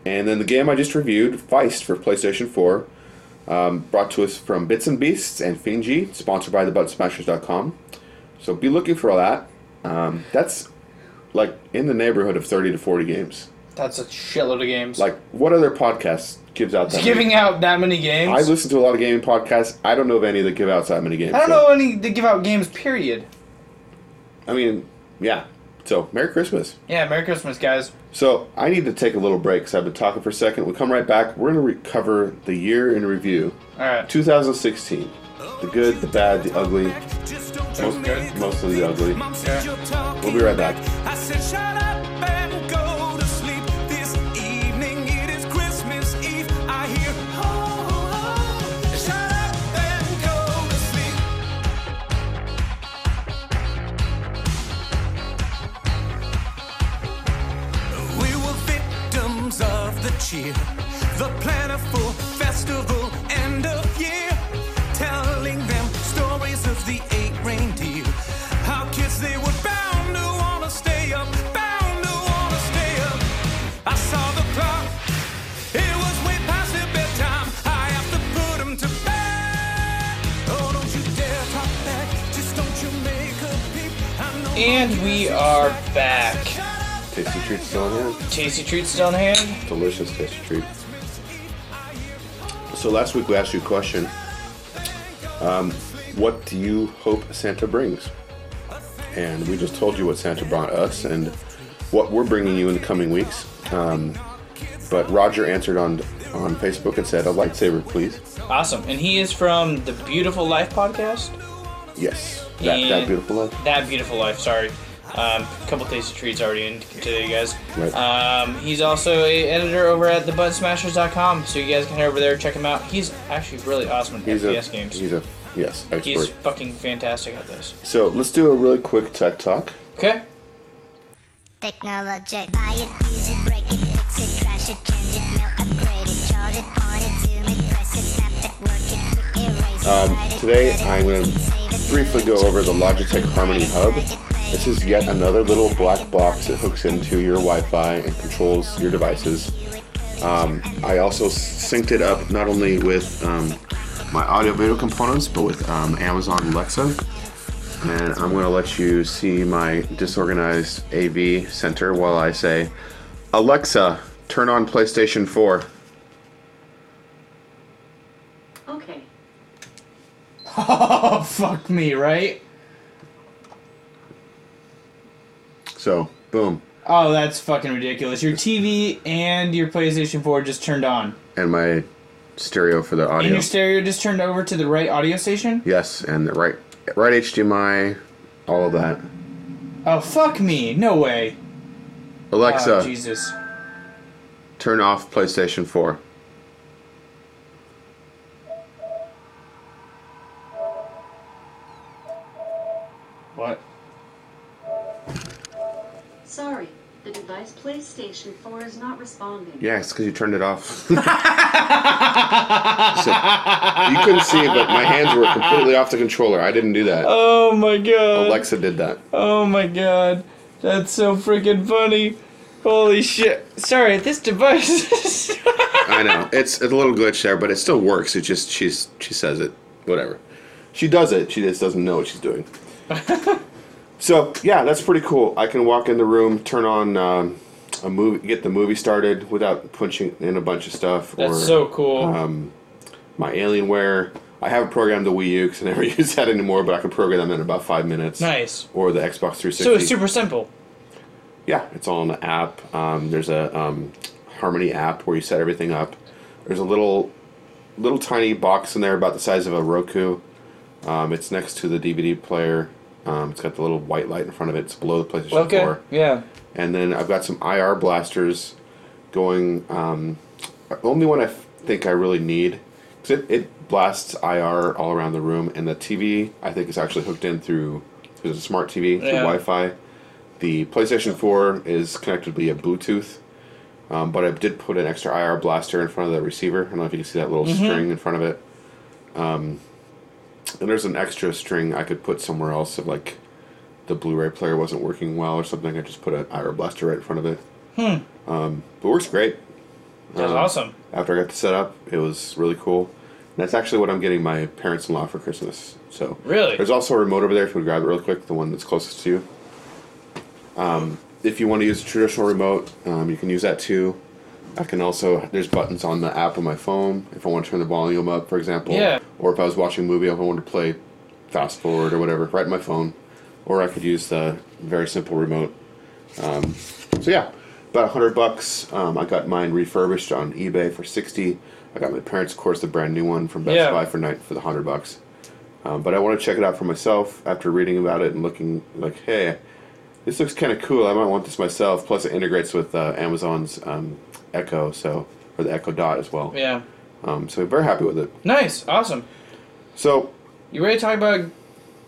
[SPEAKER 3] And then the game I just reviewed, Feist for PlayStation 4, um, brought to us from Bits and Beasts and Finji, sponsored by thebuttonsmashers.com. So be looking for all that. Um, that's like in the neighborhood of 30 to 40 games.
[SPEAKER 4] that's a shitload of games.
[SPEAKER 3] Like, what other podcast gives out that?
[SPEAKER 4] It's giving
[SPEAKER 3] many?
[SPEAKER 4] out that many games.
[SPEAKER 3] I listen to a lot of gaming podcasts. I don't know of any that give out that many games.
[SPEAKER 4] I don't
[SPEAKER 3] so-
[SPEAKER 4] know any that give out games. Period.
[SPEAKER 3] I mean, yeah. So, Merry Christmas.
[SPEAKER 4] Yeah, Merry Christmas, guys.
[SPEAKER 3] So, I need to take a little break because I've been talking for a second. We'll come right back. We're going to recover the year in review
[SPEAKER 4] All right.
[SPEAKER 3] 2016. The good, the bad, the ugly.
[SPEAKER 4] Most good.
[SPEAKER 3] Mostly the ugly.
[SPEAKER 5] Yeah.
[SPEAKER 3] We'll be right back.
[SPEAKER 5] I said, shut up and go to sleep this evening. It is Christmas Eve. I hear, oh, oh, oh. shut up and go to sleep. We were victims of the cheer, the plentiful festival end of year, telling them stories of the eight reindeer. How kids they were bound to wanna stay up, bound to wanna stay up. I saw the clock, it was way past their bedtime. I have to put 'em to bed. Oh, don't you dare talk back, just don't you make a peep. I know
[SPEAKER 4] And
[SPEAKER 5] my
[SPEAKER 4] we
[SPEAKER 5] kids is
[SPEAKER 4] are back.
[SPEAKER 5] back. I said, shut up
[SPEAKER 3] Tasty treat still in hand.
[SPEAKER 4] Tasty treats still in hand.
[SPEAKER 3] Delicious tasty treat. So, last week we asked you a question um, What do you hope Santa brings? and we just told you what Santa brought us and what we're bringing you in the coming weeks. Um, but Roger answered on on Facebook and said, "A lightsaber, please."
[SPEAKER 4] Awesome. And he is from the Beautiful Life podcast.
[SPEAKER 3] Yes, that,
[SPEAKER 4] And-
[SPEAKER 3] that beautiful life.
[SPEAKER 4] That Beautiful Life, sorry. Um, couple tasty treats already in today, you guys.
[SPEAKER 3] Right.
[SPEAKER 4] Um, he's also a editor over at thebuttonsmashers.com, so you guys can head over there check him out. He's actually really awesome at
[SPEAKER 3] He's
[SPEAKER 4] FPS
[SPEAKER 3] a
[SPEAKER 4] games.
[SPEAKER 3] he's a yes expert.
[SPEAKER 4] He's fucking fantastic at this.
[SPEAKER 3] so let's do a really quick tech talk.
[SPEAKER 4] Okay?
[SPEAKER 6] Technology. Buy it, use it, break it, fix it, crash it, change it, melt, upgrade it, chart it, point it, zoom it, press it, snap it, work it, quick erase it.
[SPEAKER 3] Um,
[SPEAKER 6] write it,
[SPEAKER 3] today
[SPEAKER 6] cut it,
[SPEAKER 3] I'm going
[SPEAKER 6] paste it, save
[SPEAKER 3] to
[SPEAKER 6] it,
[SPEAKER 3] briefly go
[SPEAKER 6] load it,
[SPEAKER 3] over the Logitech Harmony Hub. This is yet another little black box that hooks into your Wi-Fi and controls your devices. Um, I also s- synced it up not only with um, my audio-video components, but with um, Amazon Alexa. And I'm going to let you see my disorganized AV center while I say, Alexa, turn on PlayStation 4.
[SPEAKER 7] Okay.
[SPEAKER 4] Oh, fuck me, right?
[SPEAKER 3] So, boom.
[SPEAKER 4] Oh, that's fucking ridiculous. Your TV and your PlayStation 4 just turned on.
[SPEAKER 3] And my stereo for the audio.
[SPEAKER 4] And your stereo just turned over to the right audio station?
[SPEAKER 3] Yes, and the right, right HDMI, all of that.
[SPEAKER 4] Oh, fuck me. No way. Oh,
[SPEAKER 3] Alexa,
[SPEAKER 4] Jesus.
[SPEAKER 3] turn off PlayStation 4.
[SPEAKER 4] What?
[SPEAKER 7] Sorry, the device PlayStation 4 is not responding.
[SPEAKER 3] Yeah, it's because you turned it off. So, you couldn't see, but my hands were completely off the controller. I didn't do that.
[SPEAKER 4] Oh my god.
[SPEAKER 3] Alexa did that.
[SPEAKER 4] Oh my god. That's so freaking funny. Holy shit. Sorry, this device.
[SPEAKER 3] I know it's, it's a little glitch there, but it still works. It just she's she says it, whatever. She does it. She just doesn't know what she's doing. so yeah, that's pretty cool. I can walk in the room, turn on um, a movie, get the movie started without punching in a bunch of stuff.
[SPEAKER 4] That's so cool.
[SPEAKER 3] Um, my Alienware. I haven't programmed the Wii U because I never use that anymore, but I can program that in about five minutes.
[SPEAKER 4] Nice.
[SPEAKER 3] Or the Xbox 360.
[SPEAKER 4] so it's super simple.
[SPEAKER 3] Yeah, it's all on the app. Um, there's a um, Harmony app where you set everything up. There's a little, little tiny box in there about the size of a Roku. Um, it's next to the DVD player. Um, it's got the little white light in front of it. It's below the PlayStation
[SPEAKER 4] Okay.
[SPEAKER 3] 4.
[SPEAKER 4] Yeah.
[SPEAKER 3] And then I've got some IR blasters going. Um, only one I f- think I really need. 'cause it, it blasts IR all around the room. And the TV, I think, is actually hooked in through, there's a smart TV, through
[SPEAKER 4] Yeah.
[SPEAKER 3] Wi Fi. The PlayStation 4 is connected via Bluetooth. Um, but I did put an extra IR blaster in front of the receiver. I don't know if you can see that little string in front of it. Um, and there's an extra string I could put somewhere else if, like, the Blu-ray player wasn't working well or something. I just put an IR blaster right in front of it.
[SPEAKER 4] Hmm.
[SPEAKER 3] Um, but it works great. uh,
[SPEAKER 4] That's awesome.
[SPEAKER 3] After I got the setup, it was really cool. And that's actually what I'm getting my parents-in-law for Christmas. So
[SPEAKER 4] Really?
[SPEAKER 3] there's also a remote over there if you would grab it real quick, the one that's closest to you. Um, if you want to use a traditional remote, um, you can use that too. I can also there's buttons on the app on my phone if I want to turn the volume up, for example.
[SPEAKER 4] Yeah.
[SPEAKER 3] Or if I was watching a movie, if I wanted to play fast forward or whatever, right in my phone. Or I could use the very simple remote. Um, so yeah, about a hundred bucks. Um, I got mine refurbished on eBay for sixty. I got my parents' of course the brand new one from Best
[SPEAKER 4] Yeah.
[SPEAKER 3] Buy for night for the hundred bucks. Um, but I want to check it out for myself after reading about it and looking like, hey, this looks kind of cool. I might want this myself. Plus, it integrates with uh, Amazon's um, Echo, so or the Echo Dot as well.
[SPEAKER 4] Yeah.
[SPEAKER 3] Um, so I'm very happy with it.
[SPEAKER 4] Nice. Awesome.
[SPEAKER 3] So
[SPEAKER 4] You ready to talk about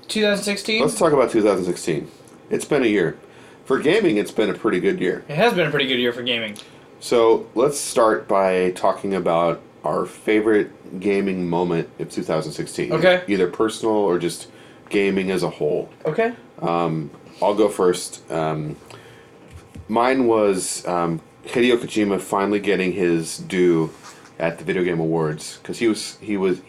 [SPEAKER 4] 2016?
[SPEAKER 3] let's talk about 2016. It's been a year. For gaming, it's been a pretty good year.
[SPEAKER 4] It has been a pretty good year for gaming.
[SPEAKER 3] So let's start by talking about our favorite gaming moment of 2016.
[SPEAKER 4] Okay.
[SPEAKER 3] Either personal or just gaming as a whole.
[SPEAKER 4] Okay.
[SPEAKER 3] I'll go first. Um, mine was um, Hideo Kojima finally getting his due at the Video Game Awards because he was he was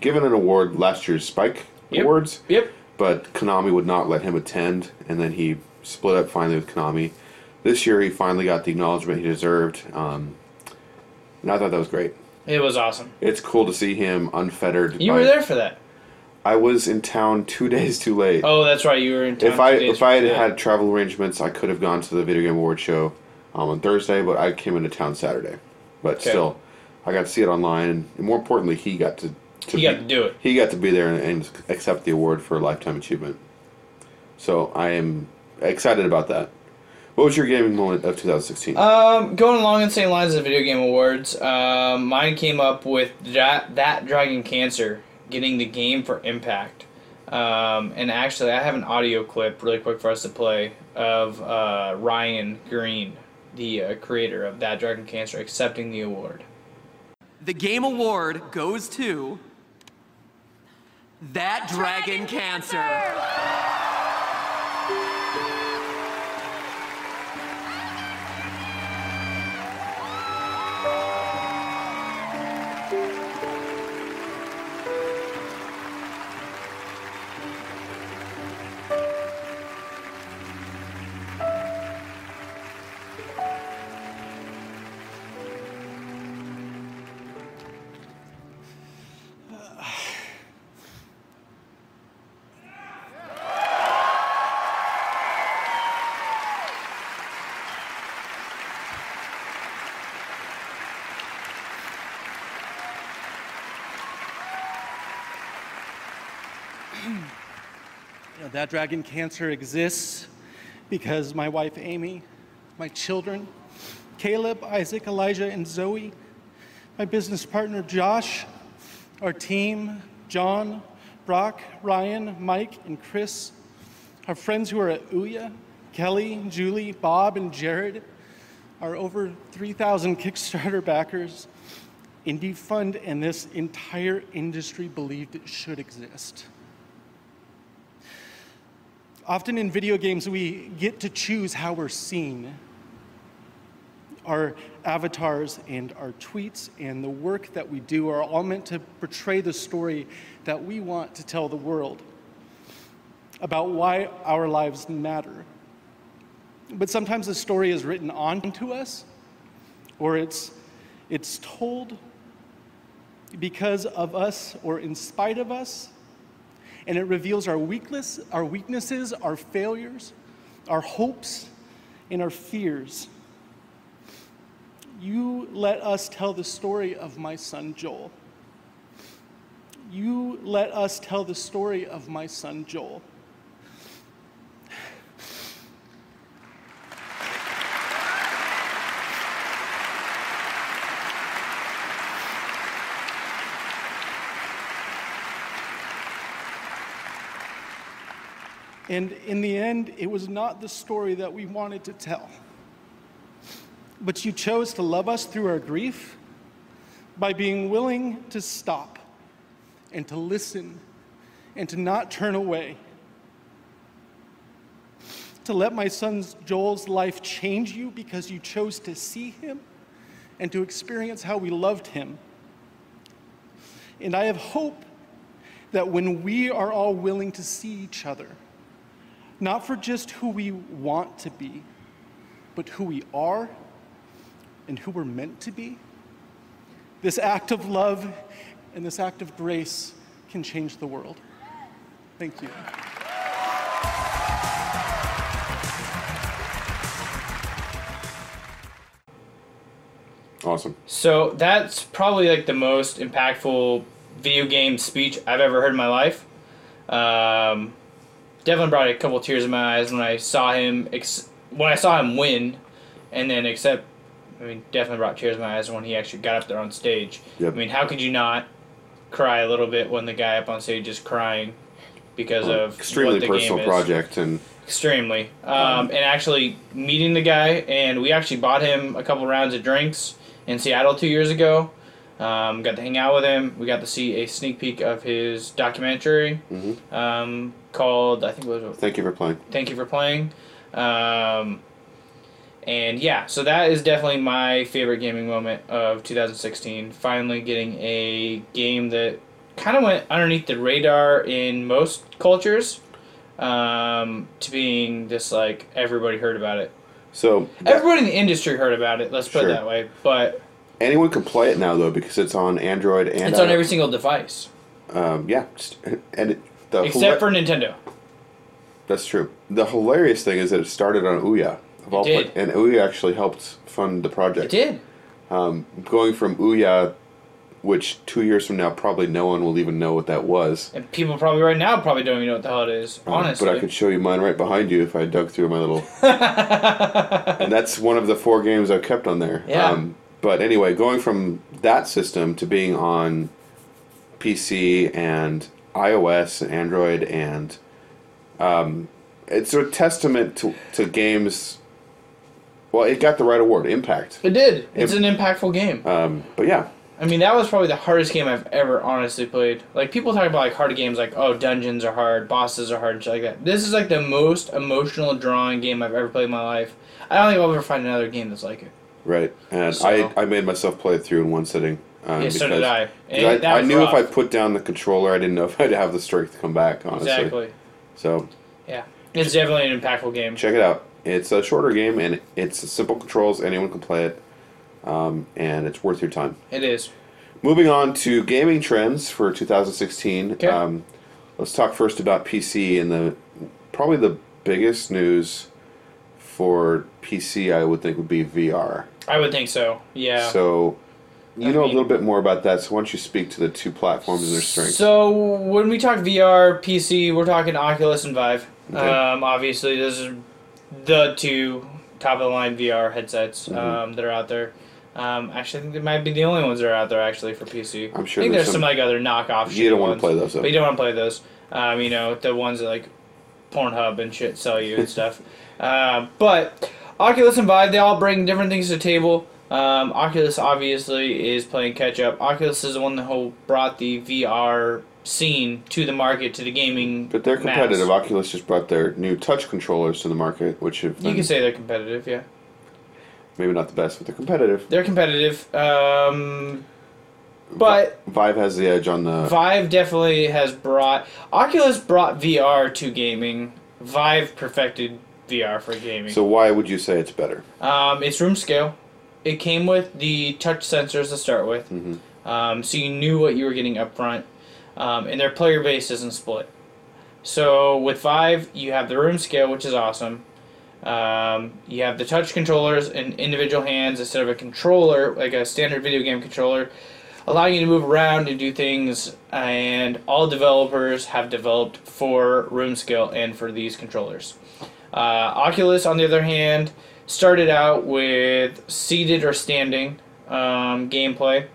[SPEAKER 3] given an award last year's Spike
[SPEAKER 4] Yep.
[SPEAKER 3] Awards.
[SPEAKER 4] Yep.
[SPEAKER 3] But Konami would not let him attend, and then he split up finally with Konami. This year, he finally got the acknowledgement he deserved, um, and I thought that was great.
[SPEAKER 4] It was awesome.
[SPEAKER 3] It's cool to see him unfettered.
[SPEAKER 4] You
[SPEAKER 3] by-
[SPEAKER 4] were there for that.
[SPEAKER 3] I was in town two days too late.
[SPEAKER 4] Oh, that's right. You were in town.
[SPEAKER 3] if I
[SPEAKER 4] two days
[SPEAKER 3] if I had
[SPEAKER 4] from
[SPEAKER 3] had travel arrangements, I could have gone to the video game award show um, on Thursday, but I came into town Saturday. But
[SPEAKER 4] Okay.
[SPEAKER 3] still, I got to see it online, and more importantly, he got to, to
[SPEAKER 4] He
[SPEAKER 3] be,
[SPEAKER 4] got to do it.
[SPEAKER 3] He got to be there and, and accept the award for lifetime achievement. So I am excited about that. What was your gaming moment of 2016?
[SPEAKER 4] Um, going along in the same lines as the video game awards, um, mine came up with that, that Dragon Cancer getting the game for Impact. Um, and actually, I have an audio clip really quick for us to play of uh, Ryan Green, the uh, creator of That Dragon Cancer, accepting the award.
[SPEAKER 8] The game award goes to that dragon, cancer.
[SPEAKER 9] You know, that dragon cancer exists because my wife Amy, my children, Caleb, Isaac, Elijah, and Zoe, my business partner Josh, our team, John, Brock, Ryan, Mike, and Chris, our friends who are at Ouya, Kelly, Julie, Bob, and Jared, our over 3,000 Kickstarter backers, Indie Fund, and this entire industry believed it should exist. Often in video games, we get to choose how we're seen. Our avatars and our tweets and the work that we do are all meant to portray the story that we want to tell the world about why our lives matter. But sometimes the story is written onto us, or it's, it's told because of us or in spite of us and it reveals our weakness, our weaknesses, our failures, our hopes, and our fears. You let us tell the story of my son Joel. You let us tell the story of my son Joel. And in the end, it was not the story that we wanted to tell. But you chose to love us through our grief by being willing to stop and to listen and to not turn away. To let my son Joel's life change you because you chose to see him and to experience how we loved him. And I have hope that when we are all willing to see each other, not for just who we want to be, but who we are and who we're meant to be. This act of love and this act of grace can change the world. Thank you.
[SPEAKER 3] awesome.
[SPEAKER 4] So that's probably like the most impactful video game speech I've ever heard in my life. Um, definitely brought a couple tears in my eyes when I saw him ex- when I saw him win, and then accept. I mean, definitely brought tears in my eyes when he actually got up there on stage.
[SPEAKER 3] Yep.
[SPEAKER 4] I mean, how could you not cry a little bit when the guy up on stage is crying because of
[SPEAKER 3] Oh, Extremely
[SPEAKER 4] what the game
[SPEAKER 3] personal
[SPEAKER 4] is?
[SPEAKER 3] project, and
[SPEAKER 4] Extremely. Um, and actually meeting the guy, and we actually bought him a couple rounds of drinks in Seattle two years ago. Um, got to hang out with him. We got to see a sneak peek of his documentary um, called, I think it was
[SPEAKER 3] thank you for playing.
[SPEAKER 4] Thank You for Playing. Um, and yeah, so that is definitely my favorite gaming moment of 2016. Finally getting a game that kind of went underneath the radar in most cultures um, to being this like everybody heard about it.
[SPEAKER 3] So
[SPEAKER 4] Everybody in the industry heard about it, let's put
[SPEAKER 3] Sure.
[SPEAKER 4] it that way. But
[SPEAKER 3] anyone can play it now though because it's on Android and uh,
[SPEAKER 4] it's on
[SPEAKER 3] iOS.
[SPEAKER 4] every single device.
[SPEAKER 3] um, yeah, just, and it, the
[SPEAKER 4] Except for
[SPEAKER 3] hila-
[SPEAKER 4] Nintendo.
[SPEAKER 3] that's true. The hilarious thing is that it started on Ouya of all
[SPEAKER 4] did.
[SPEAKER 3] pla- and Ouya actually helped fund the project.
[SPEAKER 4] It did.
[SPEAKER 3] Going from Ouya, which two years from now probably no one will even know what that was.
[SPEAKER 4] And people probably right now probably don't even know what the hell it is.
[SPEAKER 3] Um,
[SPEAKER 4] Honestly.
[SPEAKER 3] But I could show you mine right behind you if I dug through my little. and that's one of the four games I've kept on there. Um,
[SPEAKER 4] Yeah.
[SPEAKER 3] but anyway, going from that system to being on PC and iOS and Android, and um, it's a testament to, to games. Well, it got the right award, Impact.
[SPEAKER 4] It did. It's
[SPEAKER 3] It-
[SPEAKER 4] an impactful game.
[SPEAKER 3] Um, but yeah,
[SPEAKER 4] I mean, that was probably the hardest game I've ever honestly played. Like people talk about like hard games, like oh dungeons are hard, bosses are hard, and shit like that. This is like the most emotional drawing game I've ever played in my life. I don't think I'll ever find another game that's like it.
[SPEAKER 3] Right, and
[SPEAKER 4] So-
[SPEAKER 3] I, I made myself play it through in one sitting. Um,
[SPEAKER 4] Yeah, so did I.
[SPEAKER 3] 'cause
[SPEAKER 4] And
[SPEAKER 3] I,
[SPEAKER 4] that
[SPEAKER 3] I
[SPEAKER 4] was
[SPEAKER 3] knew
[SPEAKER 4] rough.
[SPEAKER 3] if I put down the controller, I didn't know if I'd have the strength to come back. Honestly,
[SPEAKER 4] Exactly.
[SPEAKER 3] so
[SPEAKER 4] Yeah, it's definitely an impactful game.
[SPEAKER 3] check it out. It's a shorter game and it's simple controls. Anyone can play it, um, and it's worth your time.
[SPEAKER 4] It is.
[SPEAKER 3] Moving on to gaming trends for 2016.
[SPEAKER 4] Okay.
[SPEAKER 3] Um, let's talk first about PC and the probably the biggest news for PC I would think would be VR.
[SPEAKER 4] I would think so. Yeah.
[SPEAKER 3] So, you
[SPEAKER 4] I
[SPEAKER 3] know
[SPEAKER 4] mean-
[SPEAKER 3] a little bit more about that. So, why don't you speak to the two platforms and their strengths?
[SPEAKER 4] So when we talk VR, PC, we're talking Oculus and Vive.
[SPEAKER 3] Okay.
[SPEAKER 4] Um, obviously, those are the two top of the line VR headsets
[SPEAKER 3] Mm-hmm.
[SPEAKER 4] um, that are out there. Um, actually, I think they might be the only ones that are out there actually for PC.
[SPEAKER 3] I'm sure
[SPEAKER 4] I think
[SPEAKER 3] there's
[SPEAKER 4] there's some,
[SPEAKER 3] some-
[SPEAKER 4] like other knockoff.
[SPEAKER 3] You don't
[SPEAKER 4] shitty
[SPEAKER 3] wanna
[SPEAKER 4] ones,
[SPEAKER 3] play those, though.
[SPEAKER 4] But you don't want to play those. Um, you know the ones that like Pornhub and shit sell you and stuff. Uh, but Oculus and Vive, they all bring different things to the table. Um, Oculus obviously is playing catch up. Oculus is the one that who brought the VR scene to the market to the gaming.
[SPEAKER 3] but they're
[SPEAKER 4] mass.
[SPEAKER 3] competitive. Oculus just brought their new touch controllers to the market, which have
[SPEAKER 4] You
[SPEAKER 3] been
[SPEAKER 4] can say they're competitive, yeah.
[SPEAKER 3] maybe not the best, but they're competitive.
[SPEAKER 4] They're competitive, um, but
[SPEAKER 3] Vive has the edge on the.
[SPEAKER 4] Vive definitely has brought Oculus brought VR to gaming. Vive perfected VR for gaming.
[SPEAKER 3] So, why would you say it's better?
[SPEAKER 4] Um, it's room scale. It came with the touch sensors to start with, um, so you knew what you were getting up front. Um, and their player base isn't split. So with Vive, you have the room scale, which is awesome. Um, you have the touch controllers in individual hands instead of a controller, like a standard video game controller, allowing you to move around and do things. And all developers have developed for room scale and for these controllers. Uh, Oculus, on the other hand, started out with seated or standing um, gameplay,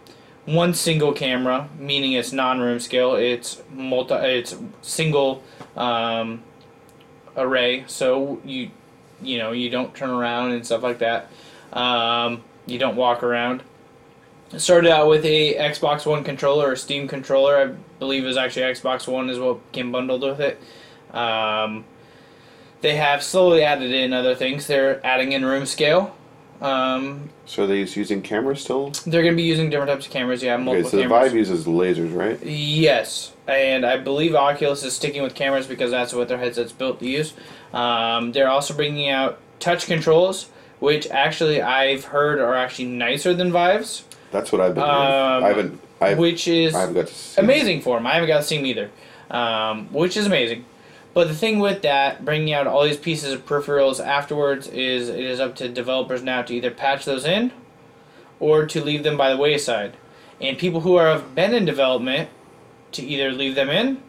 [SPEAKER 4] one single camera, meaning it's non-room scale. It's multi. It's single um, array, so you you know you don't turn around and stuff like that. Um, you don't walk around. It started out with a Xbox One controller or Steam controller. I believe it was actually Xbox One is what came bundled with it. Um, they have slowly added in other things. They're adding in room scale. Um,
[SPEAKER 3] So, are they using cameras still?
[SPEAKER 4] they're going to be using different types of cameras. Yeah,
[SPEAKER 3] Okay,
[SPEAKER 4] multiple
[SPEAKER 3] so the
[SPEAKER 4] cameras.
[SPEAKER 3] Vive uses lasers, right?
[SPEAKER 4] Yes, and I believe Oculus is sticking with cameras because that's what their headset's built to use. Um, they're also bringing out touch controls, which actually I've heard are actually nicer than Vive's,
[SPEAKER 3] That's what I've been. hearing.
[SPEAKER 4] Um,
[SPEAKER 3] I haven't. I've,
[SPEAKER 4] which is
[SPEAKER 3] I haven't got to see.
[SPEAKER 4] amazing for him. I haven't got to see him either, um, which is amazing. But the thing with that, bringing out all these pieces of peripherals afterwards, is it is up to developers now to either patch those in or to leave them by the wayside. And people who are, have been in development to either leave them in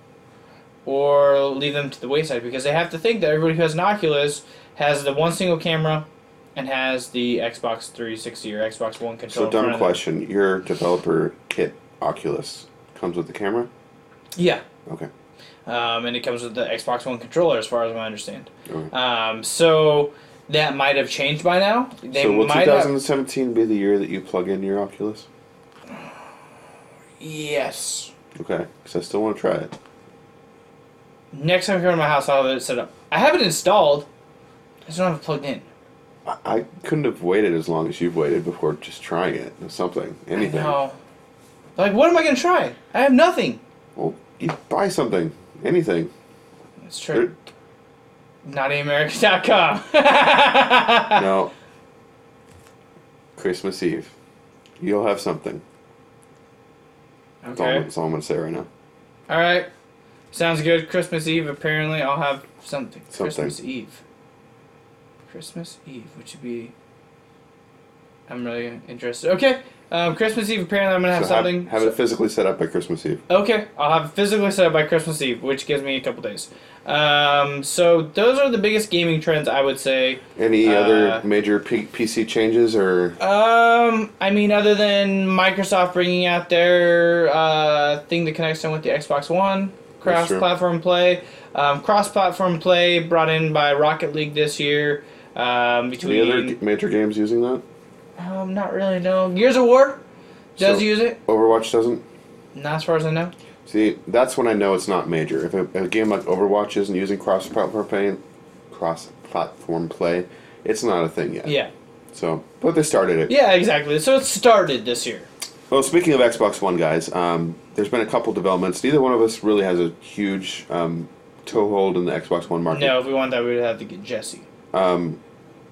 [SPEAKER 4] or leave them to the wayside because they have to think that everybody who has an Oculus has the one single camera and has the Xbox 360 or Xbox One controller.
[SPEAKER 3] So,
[SPEAKER 4] in front
[SPEAKER 3] dumb
[SPEAKER 4] of them.
[SPEAKER 3] question. Your developer kit, Oculus, comes with the camera?
[SPEAKER 4] Yeah.
[SPEAKER 3] Okay.
[SPEAKER 4] um, and it comes with the Xbox One controller, as far as I understand.
[SPEAKER 3] Alright.
[SPEAKER 4] Um, so that might have changed by now. They
[SPEAKER 3] so, will
[SPEAKER 4] might have.
[SPEAKER 3] 2017 be the year that you plug in your Oculus?
[SPEAKER 4] Yes.
[SPEAKER 3] Okay, because I still want to try it.
[SPEAKER 4] Next time I come to my house, I'll have it set up. I have it installed. I just don't have it plugged in.
[SPEAKER 3] I, I couldn't have waited as long as you've waited before just trying it. or Something, anything.
[SPEAKER 4] No. Like, what am I gonna try? I have nothing.
[SPEAKER 3] Well, you buy something, anything.
[SPEAKER 4] That's
[SPEAKER 3] There-
[SPEAKER 4] true. NottyAmerica.com.
[SPEAKER 3] Er, no. Christmas Eve, you'll have something. That's, all,
[SPEAKER 4] okay.
[SPEAKER 3] that's all I'm gonna say right now.
[SPEAKER 4] All right. Sounds good. Christmas Eve, apparently, I'll have something.
[SPEAKER 3] Something.
[SPEAKER 4] Christmas Eve. Christmas Eve, which would be. I'm really interested. Okay. Um, Christmas Eve, apparently, I'm going to have
[SPEAKER 3] So have,
[SPEAKER 4] something.
[SPEAKER 3] have it physically set up by Christmas Eve.
[SPEAKER 4] Okay, I'll have it physically set up by Christmas Eve, which gives me a couple days. Um, so those are the biggest gaming trends I would say.
[SPEAKER 3] Any
[SPEAKER 4] Uh,
[SPEAKER 3] other major P- PC changes or
[SPEAKER 4] Um, I mean, other than Microsoft bringing out their uh, thing that connects them with the Xbox One,
[SPEAKER 3] That's true.
[SPEAKER 4] cross-platform play, um, cross-platform play brought in by Rocket League this year. Um,
[SPEAKER 3] any
[SPEAKER 4] between
[SPEAKER 3] other g- major games using that?
[SPEAKER 4] um, not really no Gears of War does
[SPEAKER 3] So-
[SPEAKER 4] use it,
[SPEAKER 3] Overwatch doesn't.
[SPEAKER 4] not as far as I know.
[SPEAKER 3] See, that's when I know it's not major. If a, a game like Overwatch isn't using cross-platform play, cross-platform play, it's not a thing yet.
[SPEAKER 4] Yeah,
[SPEAKER 3] So, but they started it.
[SPEAKER 4] yeah, exactly. So it started this year.
[SPEAKER 3] Well, speaking of Xbox One, guys, um, there's been a couple developments. Neither one of us really has a huge um, toehold in the Xbox One market.
[SPEAKER 4] No, if we want that, we would have to get Jesse.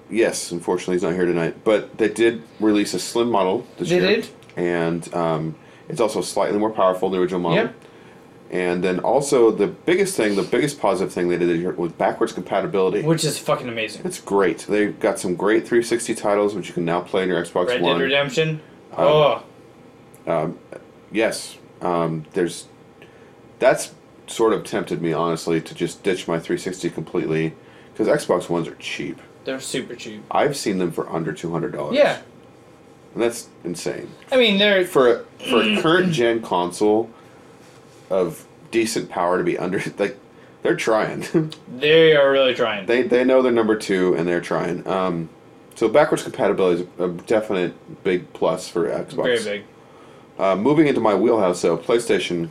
[SPEAKER 3] Yes, unfortunately, he's not here tonight. But they did release a slim model this
[SPEAKER 4] They
[SPEAKER 3] year.
[SPEAKER 4] did?
[SPEAKER 3] And um, it's also slightly more powerful than the original model.
[SPEAKER 4] Yep.
[SPEAKER 3] And then also the biggest thing, the biggest positive thing they did here was backwards compatibility.
[SPEAKER 4] Which is fucking amazing.
[SPEAKER 3] It's great. They got some great 360 titles, which you can now play on your Xbox
[SPEAKER 4] Red
[SPEAKER 3] One. Um,
[SPEAKER 4] Dead Redemption. oh,
[SPEAKER 3] Yes, um, there's. That's sort of tempted me honestly to just ditch my 360 completely, because Xbox Ones are cheap.
[SPEAKER 4] they're super cheap.
[SPEAKER 3] I've seen them for under two hundred dollars.
[SPEAKER 4] Yeah,
[SPEAKER 3] and that's insane
[SPEAKER 4] I mean they're
[SPEAKER 3] for a, for a current gen console of decent power to be under like they're trying.
[SPEAKER 4] they are really trying.
[SPEAKER 3] they they know they're number two and they're trying. Um, so backwards compatibility is a definite big plus for Xbox.
[SPEAKER 4] Very big.
[SPEAKER 3] Uh, moving into my wheelhouse, though, PlayStation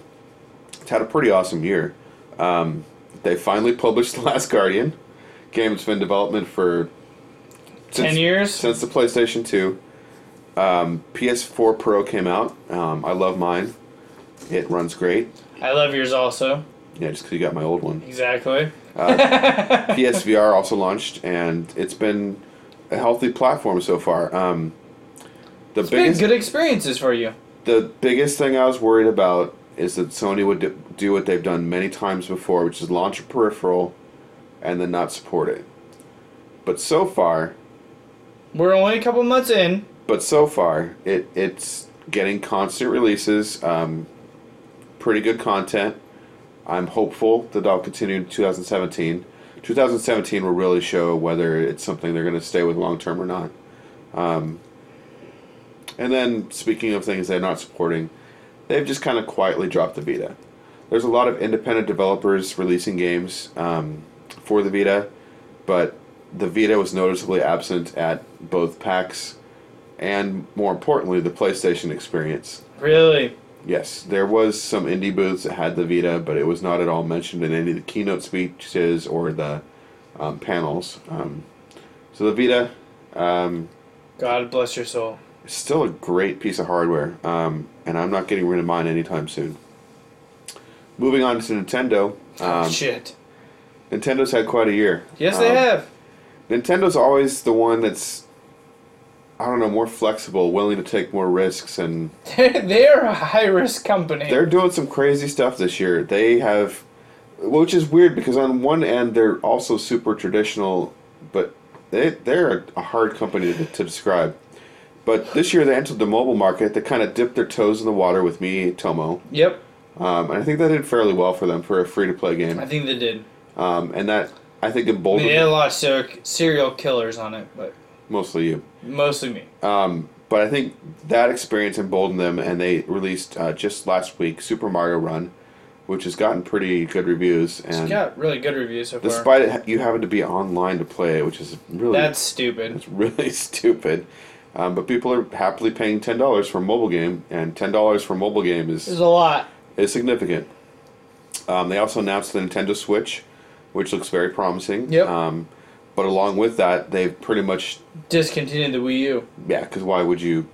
[SPEAKER 3] has had a pretty awesome year. Um, they finally published The Last Guardian. Game that's been in development for
[SPEAKER 4] Ten years.
[SPEAKER 3] since the PlayStation 2. Um, PS4 Pro came out. Um, I love mine. It runs great.
[SPEAKER 4] I love yours also.
[SPEAKER 3] Yeah, just 'cause you got my old one.
[SPEAKER 4] Exactly.
[SPEAKER 3] PSVR also launched, and it's been a healthy platform so far. Um, the
[SPEAKER 4] It's been
[SPEAKER 3] biggest
[SPEAKER 4] good experiences for you.
[SPEAKER 3] the biggest thing I was worried about is that Sony would d- do what they've done many times before, which is launch a peripheral and then not support it. But so far,
[SPEAKER 4] We're only a couple months in.
[SPEAKER 3] but so far, it it's getting constant releases, um, pretty good content. I'm hopeful that that'll continue in 2017. 2017 will really show whether it's something they're going to stay with long term or not. Um, and then, speaking of things they're not supporting, they've just kind of quietly dropped the Vita. There's a lot of independent developers releasing games um, for the Vita, but the Vita was noticeably absent at both PAX and more importantly, the PlayStation experience.
[SPEAKER 4] Really.
[SPEAKER 3] Yes, there was some indie booths that had the Vita, but it was not at all mentioned in any of the keynote speeches or the um, panels. Um, so the Vita um,
[SPEAKER 4] God bless your soul.
[SPEAKER 3] is still a great piece of hardware, um, and I'm not getting rid of mine anytime soon. Moving on to Nintendo, um,
[SPEAKER 4] Shit.
[SPEAKER 3] Nintendo's had quite a year.
[SPEAKER 4] Yes, they
[SPEAKER 3] Um,
[SPEAKER 4] have.
[SPEAKER 3] Nintendo's always the one that's, I don't know, more flexible, willing to take more risks, and
[SPEAKER 4] they are a high risk company.
[SPEAKER 3] They're doing some crazy stuff this year. They have, which is weird because on one end they're also super traditional, but they they're a hard company to, to describe. But this year they entered the mobile market. They kind of dipped their toes in the water with me Tomo,
[SPEAKER 4] yep.
[SPEAKER 3] um, and I think that did fairly well for them for a free to play
[SPEAKER 4] I
[SPEAKER 3] game.
[SPEAKER 4] think they did.
[SPEAKER 3] Um, and that I think
[SPEAKER 4] I mean,
[SPEAKER 3] emboldened
[SPEAKER 4] they had a lot of ser- serial killers on it, but
[SPEAKER 3] mostly you.
[SPEAKER 4] mostly me.
[SPEAKER 3] Um, but I think that experience emboldened them, and they released uh, just last week Super Mario Run, which has gotten pretty good reviews. And
[SPEAKER 4] It's got really good reviews so far.
[SPEAKER 3] Um, Despite it, you having to be online to play it, which is really
[SPEAKER 4] That's stupid.
[SPEAKER 3] it's really stupid. Um, but people are happily paying ten dollars for a mobile game, and ten dollars for a mobile game
[SPEAKER 4] There's
[SPEAKER 3] is
[SPEAKER 4] a lot.
[SPEAKER 3] is significant. Um, they also announced the Nintendo Switch, which looks very promising.
[SPEAKER 4] Yep.
[SPEAKER 3] Um, but along with that, they've pretty much
[SPEAKER 4] Discontinued the Wii U.
[SPEAKER 3] yeah, because why would you?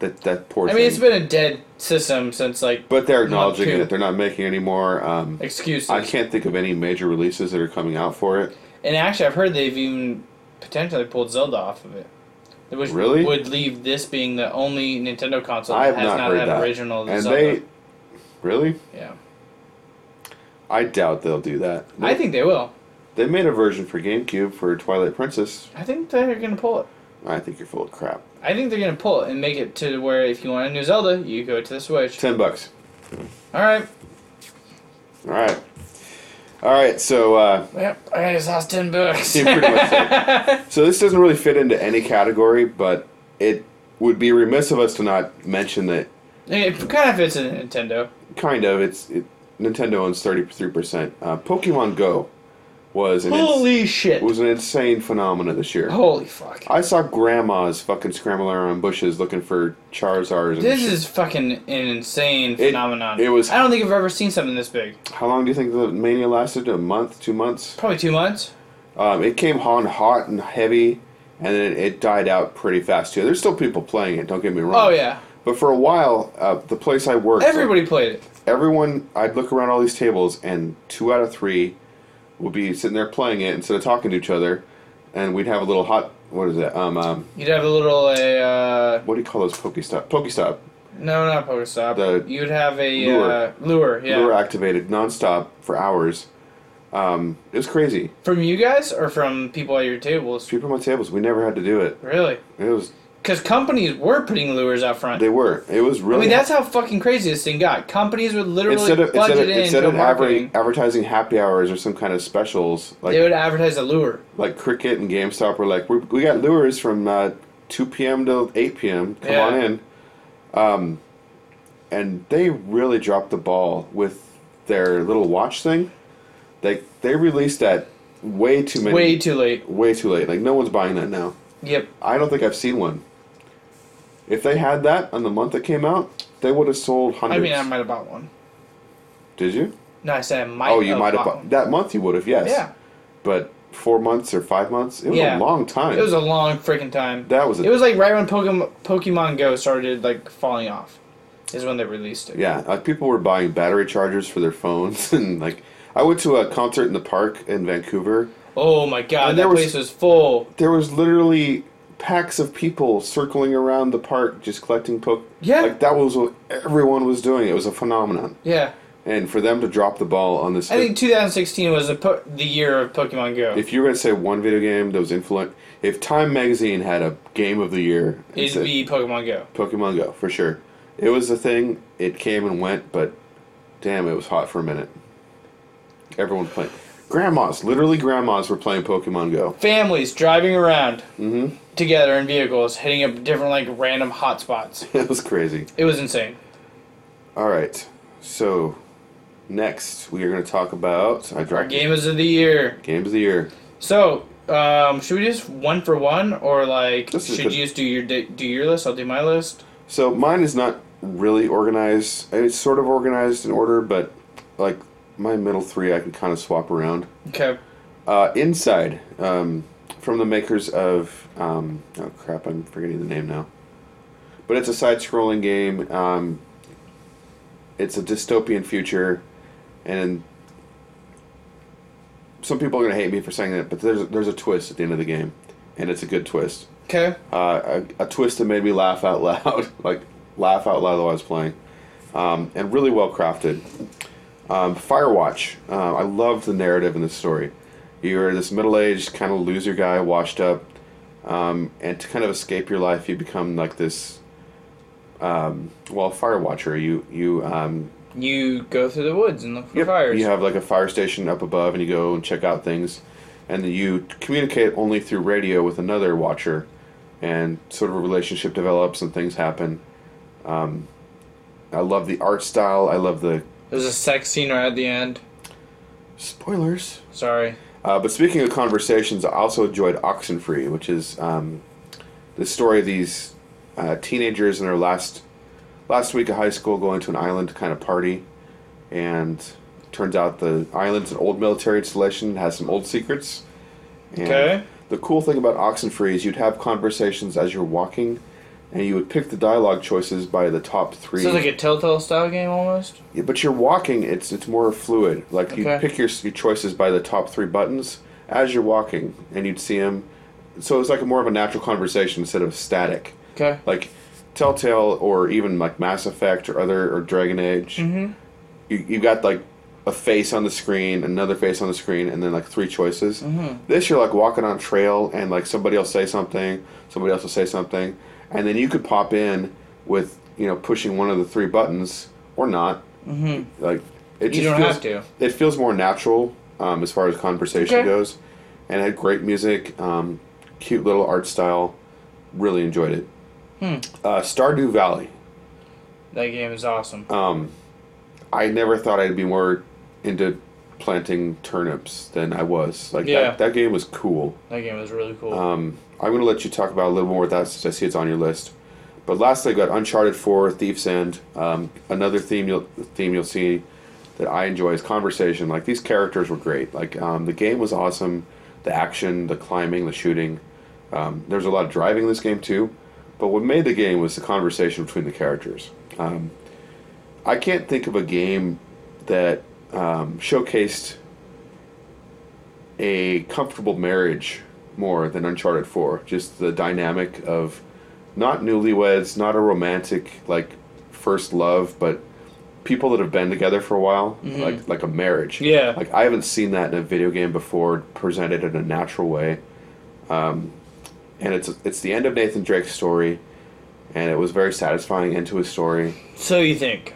[SPEAKER 3] That that poor.
[SPEAKER 4] I mean,
[SPEAKER 3] thing.
[SPEAKER 4] it's been a dead system since like.
[SPEAKER 3] But they're acknowledging
[SPEAKER 4] Month two.
[SPEAKER 3] it. They're not making any more. Um,
[SPEAKER 4] excuses.
[SPEAKER 3] I can't think of any major releases that are coming out for it.
[SPEAKER 4] And actually, I've heard they've even potentially pulled Zelda off of it. Which
[SPEAKER 3] Really?
[SPEAKER 4] Would leave this being the only Nintendo console
[SPEAKER 3] I
[SPEAKER 4] that
[SPEAKER 3] have
[SPEAKER 4] has
[SPEAKER 3] not,
[SPEAKER 4] not,
[SPEAKER 3] heard
[SPEAKER 4] had
[SPEAKER 3] that.
[SPEAKER 4] original
[SPEAKER 3] and
[SPEAKER 4] Zelda.
[SPEAKER 3] they really.
[SPEAKER 4] yeah.
[SPEAKER 3] I doubt they'll do that.
[SPEAKER 4] I think they will.
[SPEAKER 3] they made a version for GameCube for Twilight Princess.
[SPEAKER 4] I think they're gonna pull it.
[SPEAKER 3] I think you're full of crap.
[SPEAKER 4] I think they're gonna pull it and make it to where if you want a new Zelda, you go to the Switch.
[SPEAKER 3] Ten bucks.
[SPEAKER 4] All right.
[SPEAKER 3] All right. All right. So uh,
[SPEAKER 4] Yep. I just lost ten bucks.
[SPEAKER 3] Yeah, pretty much so. So this doesn't really fit into any category, but it would be remiss of us to not mention that.
[SPEAKER 4] it kind of fits in Nintendo.
[SPEAKER 3] Kind of, it's it, Nintendo owns thirty three percent. Uh, Pokemon Go was an ins-
[SPEAKER 4] Holy shit.
[SPEAKER 3] was an insane phenomenon this year.
[SPEAKER 4] Holy fuck.
[SPEAKER 3] I saw grandmas fucking scrambling around bushes looking for Charizards. And
[SPEAKER 4] This
[SPEAKER 3] shit.
[SPEAKER 4] is fucking an insane phenomenon.
[SPEAKER 3] it was-
[SPEAKER 4] I don't think I've ever seen something this big.
[SPEAKER 3] how long do you think the mania lasted? A month, two months?
[SPEAKER 4] Probably two months.
[SPEAKER 3] Um, it came on hot and heavy, and then it, it died out pretty fast too. There's still people playing it. Don't get me wrong.
[SPEAKER 4] Oh yeah.
[SPEAKER 3] But for a while, uh, the place I worked,
[SPEAKER 4] Everybody played it.
[SPEAKER 3] everyone, I'd look around all these tables, and two out of three would be sitting there playing it instead of talking to each other, and we'd have a little hot. What is it? Um, um
[SPEAKER 4] You'd have a little a uh,
[SPEAKER 3] what do you call those Pokestop? Pokestop.
[SPEAKER 4] no, not poker stop.
[SPEAKER 3] The
[SPEAKER 4] You'd have a
[SPEAKER 3] lure.
[SPEAKER 4] Uh, lure, yeah.
[SPEAKER 3] They were activated nonstop for hours. Um, it was crazy.
[SPEAKER 4] From you guys or from people at your tables?
[SPEAKER 3] People on my tables, we never had to do it.
[SPEAKER 4] Really?
[SPEAKER 3] It was
[SPEAKER 4] Because companies were putting lures out front.
[SPEAKER 3] they were. It was
[SPEAKER 4] I
[SPEAKER 3] really.
[SPEAKER 4] mean, that's how fucking crazy this thing got. Companies would literally
[SPEAKER 3] instead of
[SPEAKER 4] budget
[SPEAKER 3] instead of,
[SPEAKER 4] it
[SPEAKER 3] instead
[SPEAKER 4] into
[SPEAKER 3] of
[SPEAKER 4] marketing.
[SPEAKER 3] adver- advertising happy hours or some kind of specials like
[SPEAKER 4] they would advertise a lure.
[SPEAKER 3] like Cricket and GameStop were like, we we got lures from uh, 2 p.m. to 8 p.m. Come
[SPEAKER 4] Yeah.
[SPEAKER 3] on in. Um, and they really dropped the ball with their little watch thing. They they released that way too many
[SPEAKER 4] Way too late.
[SPEAKER 3] way too late. Like no one's buying that now.
[SPEAKER 4] Yep.
[SPEAKER 3] I don't think I've seen one. If they had that on the month it came out, they would have sold
[SPEAKER 4] I
[SPEAKER 3] hundreds.
[SPEAKER 4] mean, I might have bought one.
[SPEAKER 3] Did you?
[SPEAKER 4] No, I said I might.
[SPEAKER 3] Oh, you might have
[SPEAKER 4] bought.
[SPEAKER 3] bought that month. You would have, yes.
[SPEAKER 4] Yeah.
[SPEAKER 3] But four months or five months, it was
[SPEAKER 4] Yeah.
[SPEAKER 3] a long time.
[SPEAKER 4] It was a long freaking time.
[SPEAKER 3] That was a-
[SPEAKER 4] it was like right when Pokemon, Pokemon Go started like falling off, is when they released it.
[SPEAKER 3] Yeah, like people were buying battery chargers for their phones, and like I went to a concert in the park in Vancouver.
[SPEAKER 4] Oh my god,
[SPEAKER 3] And
[SPEAKER 4] that
[SPEAKER 3] there was-
[SPEAKER 4] place was full.
[SPEAKER 3] There was literally packs of people circling around the park just collecting poke.
[SPEAKER 4] Yeah.
[SPEAKER 3] like that was what everyone was doing. It was a phenomenon,
[SPEAKER 4] Yeah.
[SPEAKER 3] and for them to drop the ball on this.
[SPEAKER 4] I think 2016 was the po- the year of Pokemon Go.
[SPEAKER 3] if you were gonna say one video game that was influent, if Time Magazine had a game of the year,
[SPEAKER 4] It'd
[SPEAKER 3] said
[SPEAKER 4] be Pokemon Go.
[SPEAKER 3] Pokemon Go for sure. It was a thing. It came and went, but damn, it was hot for a minute. Everyone playing. Grandmas, literally grandmas, were playing Pokemon Go.
[SPEAKER 4] Families driving around
[SPEAKER 3] Mm-hmm.
[SPEAKER 4] together in vehicles, hitting up different like random hotspots.
[SPEAKER 3] It was crazy.
[SPEAKER 4] It was insane.
[SPEAKER 3] All right, so next we are going to talk about I
[SPEAKER 4] Our
[SPEAKER 3] dragged
[SPEAKER 4] gamers of the year.
[SPEAKER 3] games of the year.
[SPEAKER 4] So, um, should we just one for one, or like
[SPEAKER 3] This is
[SPEAKER 4] should
[SPEAKER 3] good.
[SPEAKER 4] you just do your di- do your list? I'll do my list.
[SPEAKER 3] So mine is not really organized. It's sort of organized in order, but like my middle three, I could kind of swap around.
[SPEAKER 4] Okay.
[SPEAKER 3] Uh, Inside, um, from the makers of um, oh crap, I'm forgetting the name now, but it's a side-scrolling game. Um, it's a dystopian future, and some people are gonna hate me for saying that, but there's there's a twist at the end of the game, and it's a good twist.
[SPEAKER 4] Okay.
[SPEAKER 3] Uh, a, a twist that made me laugh out loud, like laugh out loud while I was playing, um, and really well crafted. Um, Firewatch. Um, I love the narrative in this story. You're this middle-aged kind of loser guy, washed up, um, and to kind of escape your life, you become like this. Um, well, firewatcher. You you um,
[SPEAKER 4] You go through the woods and look for
[SPEAKER 3] Yep,
[SPEAKER 4] fires.
[SPEAKER 3] You have like a fire station up above, and you go and check out things, and then you communicate only through radio with another watcher, and sort of a relationship develops and things happen. Um, I love the art style. I love the
[SPEAKER 4] There's a sex scene right at the end.
[SPEAKER 3] spoilers.
[SPEAKER 4] Sorry.
[SPEAKER 3] Uh, but speaking of conversations, I also enjoyed Oxenfree, which is um, the story of these uh, teenagers in their last last week of high school going to an island kind of party, and turns out the island's an old military installation has some old secrets. And
[SPEAKER 4] Okay.
[SPEAKER 3] The cool thing about Oxenfree is you'd have conversations as you're walking, and you would pick the dialogue choices by the top three.
[SPEAKER 4] Sounds like a Telltale style game almost.
[SPEAKER 3] Yeah, but you're walking. It's it's more fluid. Like you
[SPEAKER 4] Okay.
[SPEAKER 3] pick your, your choices by the top three buttons as you're walking, and you'd see them. So it's like a more of a natural conversation instead of static.
[SPEAKER 4] Okay.
[SPEAKER 3] Like
[SPEAKER 4] Mm-hmm.
[SPEAKER 3] Telltale or even like Mass Effect or other or Dragon Age. You you got like a face on the screen, another face on the screen, and then like three choices.
[SPEAKER 4] Mm-hmm.
[SPEAKER 3] This you're like walking on trail, and like somebody else say something, somebody else will say something, and then you could pop in with you know pushing one of the three buttons or not. Mm-hmm. Like it
[SPEAKER 4] You
[SPEAKER 3] just
[SPEAKER 4] don't
[SPEAKER 3] feels,
[SPEAKER 4] have to.
[SPEAKER 3] It feels more natural um, as far as conversation
[SPEAKER 4] Okay.
[SPEAKER 3] goes, and it had great music, um, cute little art style. Really enjoyed it.
[SPEAKER 4] Hmm.
[SPEAKER 3] Uh, Stardew Valley.
[SPEAKER 4] That game is awesome.
[SPEAKER 3] Oh. I never thought I'd be more into planting turnips than I was. Like
[SPEAKER 4] Yeah.
[SPEAKER 3] that, that game was cool.
[SPEAKER 4] that game was really cool.
[SPEAKER 3] Um, I'm gonna let you talk about a little more of that since I see it's on your list. But lastly, I got Uncharted Four, Thief's End. Um, another theme you'll theme you'll see that I enjoy is conversation. Like these characters were great. Like um, the game was awesome. The action, the climbing, the shooting. Um, there's a lot of driving in this game too. But what made the game was the conversation between the characters. Um, I can't think of a game that um, showcased a comfortable marriage more than Uncharted 4. Just the dynamic of not newlyweds, not a romantic like first love, but people that have been together for a while, like like a marriage.
[SPEAKER 4] Yeah.
[SPEAKER 3] Like I haven't seen that in a video game before presented in a natural way. Um, and it's it's the end of Nathan Drake's story, and it was very satisfying end to his story.
[SPEAKER 4] so you think?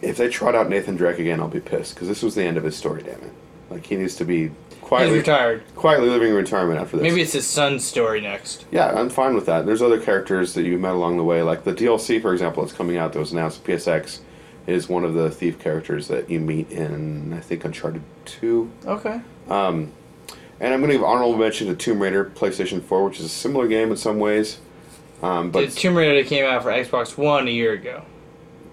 [SPEAKER 3] If they trot out Nathan Drake again, I'll be pissed because this was the end of his story. Damn it! Like he needs to be
[SPEAKER 4] He's
[SPEAKER 3] quietly
[SPEAKER 4] retired.
[SPEAKER 3] quietly living in retirement after this.
[SPEAKER 4] Maybe it's his son's story next.
[SPEAKER 3] yeah, I'm fine with that. There's other characters that you met along the way, like the DLC, for example, that's coming out that was announced. PSX is one of the thief characters that you meet in I think Uncharted Two.
[SPEAKER 4] Okay.
[SPEAKER 3] And I'm going to give honorable mention to Tomb Raider PlayStation Four, which is a similar game in some ways. Um, but
[SPEAKER 4] But Tomb Raider came out for Xbox One a year ago.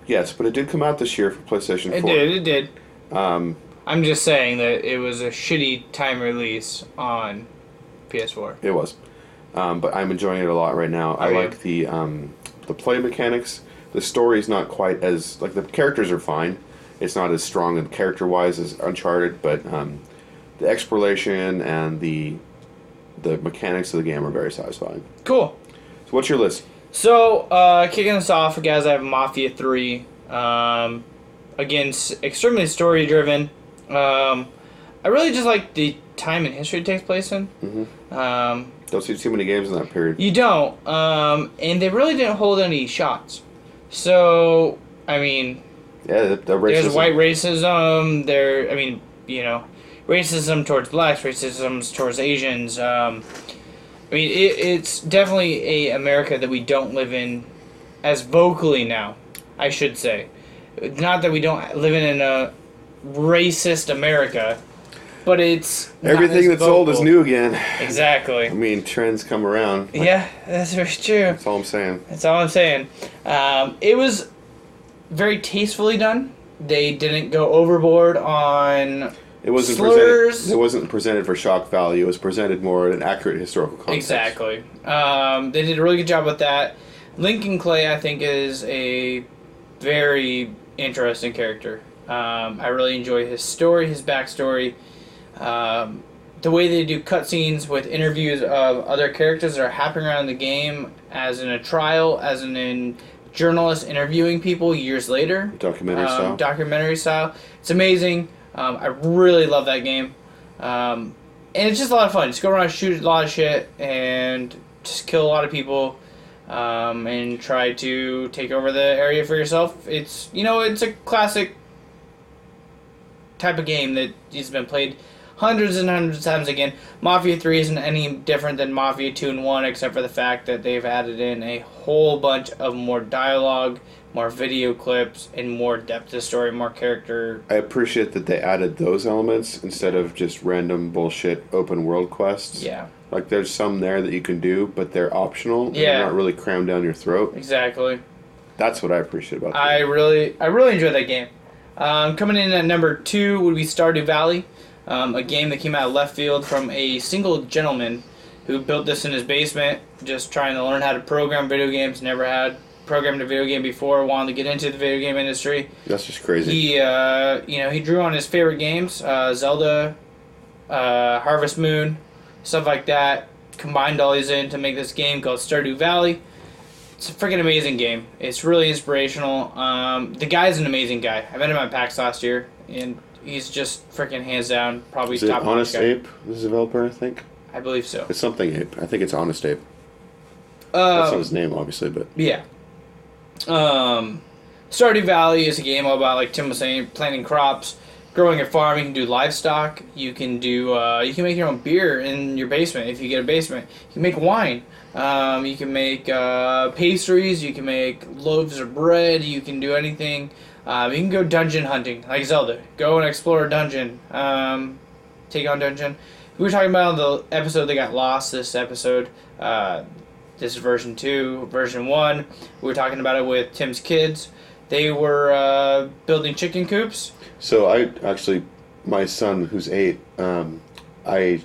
[SPEAKER 3] yes, but it did come out this year for PlayStation
[SPEAKER 4] It
[SPEAKER 3] Four.
[SPEAKER 4] did. It did.
[SPEAKER 3] Um,
[SPEAKER 4] I'm just saying that it was a shitty time release on PS4.
[SPEAKER 3] It was, um, but I'm enjoying it a lot right now. I
[SPEAKER 4] Are you?
[SPEAKER 3] like the um, the play mechanics. The story is not quite as like the characters are fine. It's not as strong and character wise as Uncharted, but um, the exploration and the the mechanics of the game are very satisfying.
[SPEAKER 4] Cool.
[SPEAKER 3] So what's your list?
[SPEAKER 4] So, uh, kicking us off, guys, I have Mafia 3. Um, again, s- extremely story driven. Um, I really just like the time and history it takes place in. Um,
[SPEAKER 3] Don't see too many games in that period.
[SPEAKER 4] you don't. Um, and they really didn't hold any shots. So, I mean,
[SPEAKER 3] Yeah, the, the
[SPEAKER 4] there's
[SPEAKER 3] racism.
[SPEAKER 4] white racism. There, I mean, you know, racism towards blacks, racism towards Asians. Um, I mean, it, it's definitely a America that we don't live in as vocally now. I should say, not that we don't live in a racist America, but it's not
[SPEAKER 3] Everything
[SPEAKER 4] as
[SPEAKER 3] that's old is
[SPEAKER 4] vocal.
[SPEAKER 3] new again.
[SPEAKER 4] Exactly.
[SPEAKER 3] I mean, trends come around. That's
[SPEAKER 4] Yeah, that's very true.
[SPEAKER 3] all I'm saying.
[SPEAKER 4] That's all I'm saying. Um, it was very tastefully done. They didn't go overboard on
[SPEAKER 3] It wasn't
[SPEAKER 4] Slurs.
[SPEAKER 3] presented. It wasn't presented for shock value. It was presented more in an accurate historical context.
[SPEAKER 4] Exactly. Um, they did a really good job with that. Lincoln Clay, I think, is a very interesting character. Um, I really enjoy his story, his backstory, um, the way they do cutscenes with interviews of other characters that are happening around the game, as in a trial, as in, in journalists interviewing people years later.
[SPEAKER 3] Documentary
[SPEAKER 4] um,
[SPEAKER 3] style.
[SPEAKER 4] Documentary style. It's amazing. Um, I really love that game. Um, and it's just a lot of fun. Just go around, shoot a lot of shit, and just kill a lot of people, um, and try to take over the area for yourself. It's you know it's a classic type of game that has been played hundreds and hundreds of times again. Mafia Three isn't any different than Mafia Two and One, except for the fact that they've added in a whole bunch of more dialogue, more video clips, and more depth of story, more character
[SPEAKER 3] I appreciate that they added those elements instead of just random bullshit open world quests.
[SPEAKER 4] Yeah.
[SPEAKER 3] Like there's some there that you can do, but they're optional. and
[SPEAKER 4] Yeah.
[SPEAKER 3] They're not really crammed down your throat.
[SPEAKER 4] exactly.
[SPEAKER 3] That's what I appreciate about
[SPEAKER 4] I
[SPEAKER 3] that.
[SPEAKER 4] really, I really enjoyed that game. Um, coming in at number two would be Stardew Valley, um, a game that came out of left field from a single gentleman who built this in his basement, just trying to learn how to program video games. Never had programmed a video game before. Wanted to get into the video game industry.
[SPEAKER 3] That's just crazy.
[SPEAKER 4] He, uh, you know, he drew on his favorite games, uh, Zelda, uh, Harvest Moon, stuff like that. Combined all these in to make this game called Stardew Valley. It's it's a freaking amazing game. It's really inspirational. Um, the guy's an amazing guy. I met him at PAX last year, and he's just freaking hands down probably
[SPEAKER 3] Is it
[SPEAKER 4] top notch
[SPEAKER 3] Honest
[SPEAKER 4] guy.
[SPEAKER 3] Ape? This developer, I think.
[SPEAKER 4] I believe so.
[SPEAKER 3] It's something Ape. I think it's Honest Ape. That's not
[SPEAKER 4] Um,
[SPEAKER 3] his name, obviously, but
[SPEAKER 4] yeah. Um, Stardew Valley is a game all about like Tim was saying, planting crops, growing a farm. You can do livestock. You can do uh, you can make your own beer in your basement if you get a basement. You can make wine. Um, you can make uh, pastries. You can make loaves of bread. You can do anything. Um, you can go dungeon hunting like Zelda. Go and explore a dungeon. Um, take on dungeon. We were talking about the episode that got lost. This episode. Uh, this is version two, version one. We were talking about it with Tim's kids. They were uh, building chicken coops.
[SPEAKER 3] So I actually, my son who's eight, um, I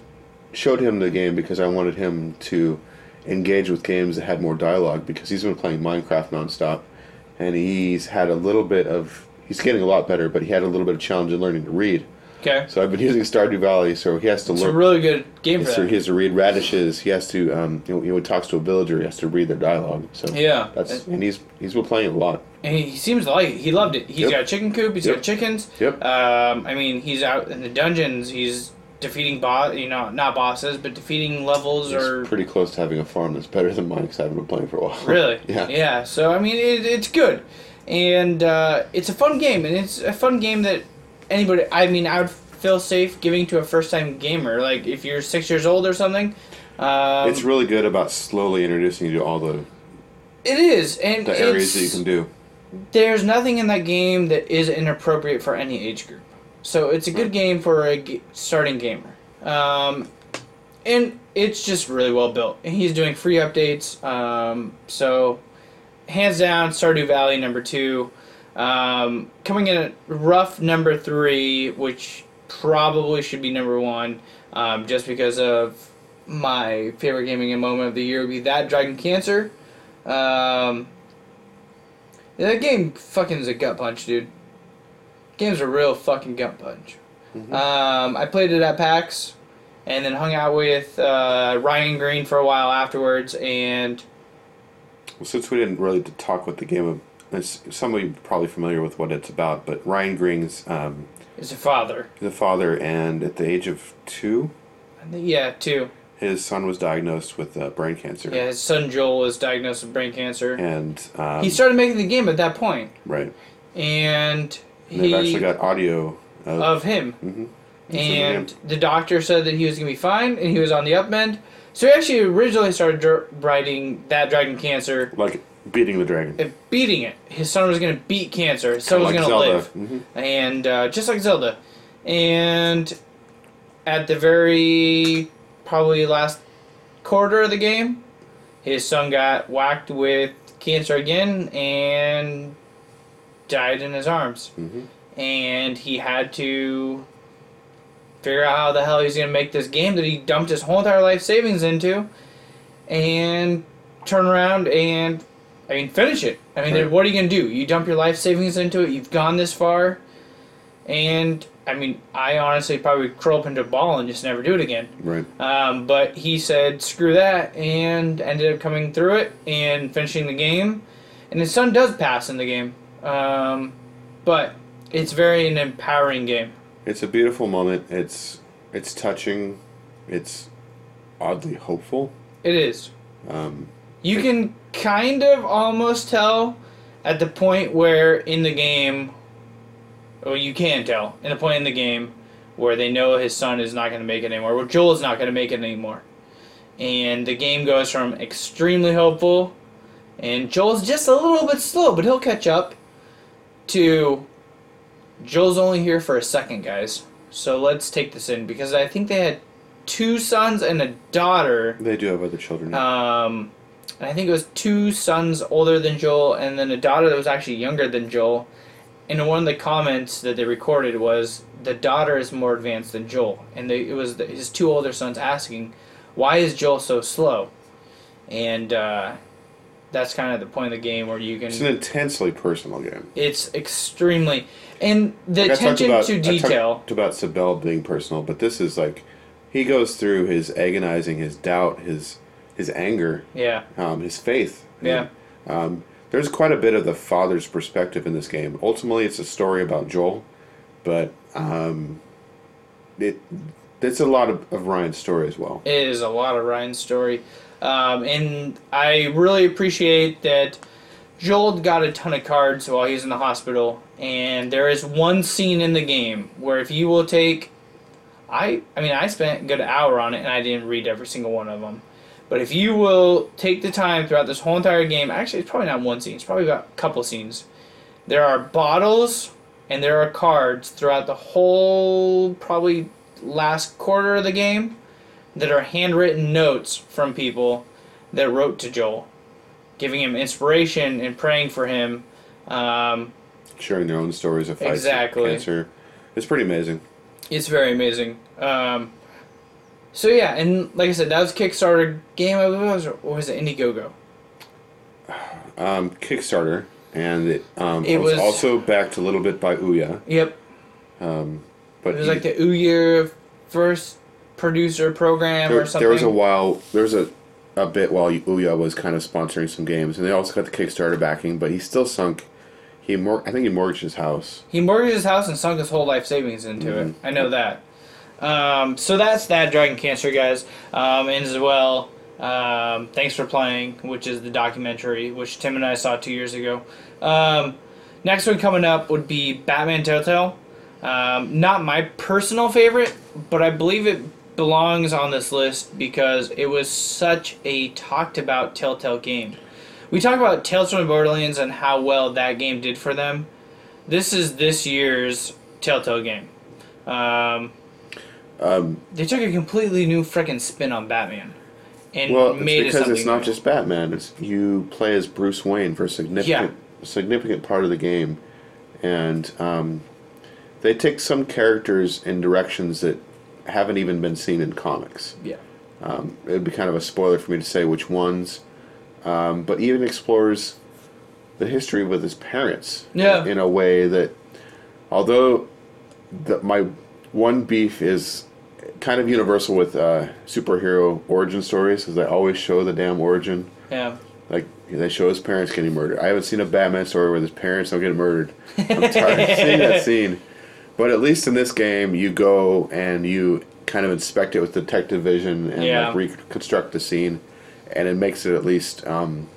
[SPEAKER 3] showed him the game because I wanted him to engage with games that had more dialogue because he's been playing Minecraft nonstop, and he's had a little bit of he's getting a lot better, but he had a little bit of challenge in learning to read.
[SPEAKER 4] Okay,
[SPEAKER 3] So I've been using Stardew Valley, so he has to
[SPEAKER 4] it's a
[SPEAKER 3] learn.
[SPEAKER 4] really good game for
[SPEAKER 3] so he
[SPEAKER 4] that.
[SPEAKER 3] has to read radishes. He has to, um, you know, when he talks to a villager, he has to read their dialogue. So
[SPEAKER 4] Yeah.
[SPEAKER 3] that's and he's he's been playing a lot.
[SPEAKER 4] And he seems to like it. He loved it. He's
[SPEAKER 3] Yep.
[SPEAKER 4] got a chicken coop. He's
[SPEAKER 3] Yep.
[SPEAKER 4] got chickens.
[SPEAKER 3] Yep.
[SPEAKER 4] Um, I mean, he's out in the dungeons. He's defeating boss. You know, not bosses, but defeating levels
[SPEAKER 3] He's
[SPEAKER 4] or
[SPEAKER 3] pretty close to having a farm that's better than mine because I haven't been playing for a while.
[SPEAKER 4] Really?
[SPEAKER 3] yeah.
[SPEAKER 4] Yeah. So I mean, it, it's good, and uh, it's a fun game, and it's a fun game that anybody. I mean, I would feel safe giving to a first-time gamer. Like if you're six years old or something. Um,
[SPEAKER 3] it's really good about slowly introducing you to all the,
[SPEAKER 4] it is, and
[SPEAKER 3] the areas that you
[SPEAKER 4] it's-
[SPEAKER 3] can do.
[SPEAKER 4] there's nothing in that game that is inappropriate for any age group. So it's a good game for a g- starting gamer. Um, and it's just really well built. And he's doing free updates. Um, so hands down, Stardew Valley number two. Um, coming in at rough number three, which probably should be number one, um, just because of my favorite gaming moment of the year would be that Dragon Cancer. Um, yeah, that game fucking is a gut punch, dude. Game's a real fucking gut punch.
[SPEAKER 3] Mm-hmm.
[SPEAKER 4] Um, I played it at PAX, and then hung out with uh, Ryan Green for a while afterwards, and
[SPEAKER 3] Well, since we didn't really talk with the game, of- it's, some of you are probably familiar with what it's about, but Ryan Green's um,
[SPEAKER 4] his father.
[SPEAKER 3] the father, and at the age of two,
[SPEAKER 4] I think- Yeah, too.
[SPEAKER 3] his son was diagnosed with uh, brain cancer.
[SPEAKER 4] Yeah, his son Joel was diagnosed with brain cancer.
[SPEAKER 3] And um,
[SPEAKER 4] He started making the game at that point,
[SPEAKER 3] right,
[SPEAKER 4] and
[SPEAKER 3] and they've
[SPEAKER 4] he
[SPEAKER 3] actually got Mm-hmm. audio of,
[SPEAKER 4] of him. And the doctor said that he was gonna be fine, and he was on the upmend. So he actually originally started dr- writing that Dragon Cancer
[SPEAKER 3] like beating the dragon.
[SPEAKER 4] and beating it. His son was going to beat cancer. His son was
[SPEAKER 3] Kinda like
[SPEAKER 4] going to
[SPEAKER 3] Zelda. Mm-hmm.
[SPEAKER 4] live, and uh, just like Zelda, and at the very probably last quarter of the game, his son got whacked with cancer again and died in his arms, and he had to figure out how the hell he's going to make this game that he dumped his whole entire life savings into, and turn around and I mean, finish it. I mean,
[SPEAKER 3] Right.
[SPEAKER 4] what are you gonna do? You dump your life savings into it. You've gone this far, and I mean, I honestly probably would curl up into a ball and just never do it again.
[SPEAKER 3] Right.
[SPEAKER 4] Um, but he said, "Screw that," and ended up coming through it and finishing the game. And his son does pass in the game, um, but it's very an empowering game.
[SPEAKER 3] It's a beautiful moment. It's it's touching. It's oddly hopeful.
[SPEAKER 4] It is. Um, you can kind of almost tell at the point where in the game, well, you can tell in the point in the game where they know his son is not going to make it anymore, where Joel is not going to make it anymore, and the game goes from extremely hopeful, and Joel's just a little bit slow, but he'll catch up, to Joel's only here for a second, guys. So let's take this in because I think they had two sons and a daughter.
[SPEAKER 3] They do have other children.
[SPEAKER 4] Um, and I think it was two sons older than Joel, and then a daughter that was actually younger than Joel. And one of the comments that they recorded was the daughter is more advanced than Joel, and they, it was the, his two older sons asking, "Why is Joel so slow?" And uh, that's kind of the point of the game where you can.
[SPEAKER 3] it's an intensely personal game.
[SPEAKER 4] It's extremely, and the
[SPEAKER 3] Like, I talked
[SPEAKER 4] attention
[SPEAKER 3] about-
[SPEAKER 4] to
[SPEAKER 3] I
[SPEAKER 4] detail.
[SPEAKER 3] talked about Sibel being personal, but this is like he goes through his agonizing, his doubt, his his anger,
[SPEAKER 4] yeah,
[SPEAKER 3] um, his faith.
[SPEAKER 4] Yeah.
[SPEAKER 3] And, Um, there's quite a bit of the father's perspective in this game. Ultimately, it's a story about Joel, but um, it that's a lot of, of Ryan's story as well.
[SPEAKER 4] It is a lot of Ryan's story. Um, and I really appreciate that Joel got a ton of cards while he's in the hospital. And there is one scene in the game where if you will take. I, I mean, I spent a good hour on it and I didn't read every single one of them. But if you will take the time throughout this whole entire game, actually, it's probably not one scene, it's probably about a couple scenes. There are bottles and there are cards throughout the whole, probably last quarter of the game that are handwritten notes from people that wrote to Joel, giving him inspiration and praying for him. Um,
[SPEAKER 3] Sharing their own stories of fights
[SPEAKER 4] Exactly.
[SPEAKER 3] with cancer. It's pretty amazing.
[SPEAKER 4] it's very amazing. Um, so yeah, and like I said, that was Kickstarter game. I believe it was, or was it Indiegogo?
[SPEAKER 3] Um, Kickstarter, and it, um,
[SPEAKER 4] It
[SPEAKER 3] it was,
[SPEAKER 4] was-
[SPEAKER 3] also backed a little bit by Ouya.
[SPEAKER 4] Yep,
[SPEAKER 3] But
[SPEAKER 4] it was
[SPEAKER 3] he-
[SPEAKER 4] like the Ouya first producer program
[SPEAKER 3] there,
[SPEAKER 4] or something.
[SPEAKER 3] there was a while, there was a, a bit while Ouya was kind of sponsoring some games, and they also got the Kickstarter backing, but he still sunk. He mor- I think he mortgaged his house.
[SPEAKER 4] He mortgaged his house and sunk his whole life savings into it. I know that. Um, so that's that Dragon Cancer, guys. Um, and as well, um, thanks for playing, which is the documentary which Tim and I saw two years ago. Um, next one coming up would be Batman Telltale. Um, not my personal favorite, but I believe it belongs on this list because it was such a talked about Telltale game. We talk about Tales from the Borderlands and how well that game did for them this is this year's Telltale game. Um,
[SPEAKER 3] Um,
[SPEAKER 4] they took a completely new freaking spin on Batman and
[SPEAKER 3] Well,
[SPEAKER 4] made
[SPEAKER 3] it's
[SPEAKER 4] it
[SPEAKER 3] because
[SPEAKER 4] something.
[SPEAKER 3] it's not
[SPEAKER 4] new.
[SPEAKER 3] just Batman. It's you play as Bruce Wayne for a significant significant part of the game, and um, they take some characters in directions that haven't even been seen in comics.
[SPEAKER 4] yeah,
[SPEAKER 3] Um, it would be kind of a spoiler for me to say which ones, um, but even explores the history with his parents
[SPEAKER 4] Yeah.
[SPEAKER 3] in a way that, although the, my one beef is kind of universal with uh, superhero origin stories, because they always show the damn origin.
[SPEAKER 4] yeah.
[SPEAKER 3] Like they show his parents getting murdered. I haven't seen a Batman story where his parents don't get murdered. I'm tired of seeing that scene. But at least in this game, you go and you kind of inspect it with detective vision and
[SPEAKER 4] Yeah.
[SPEAKER 3] like reconstruct the scene, and it makes it at least um,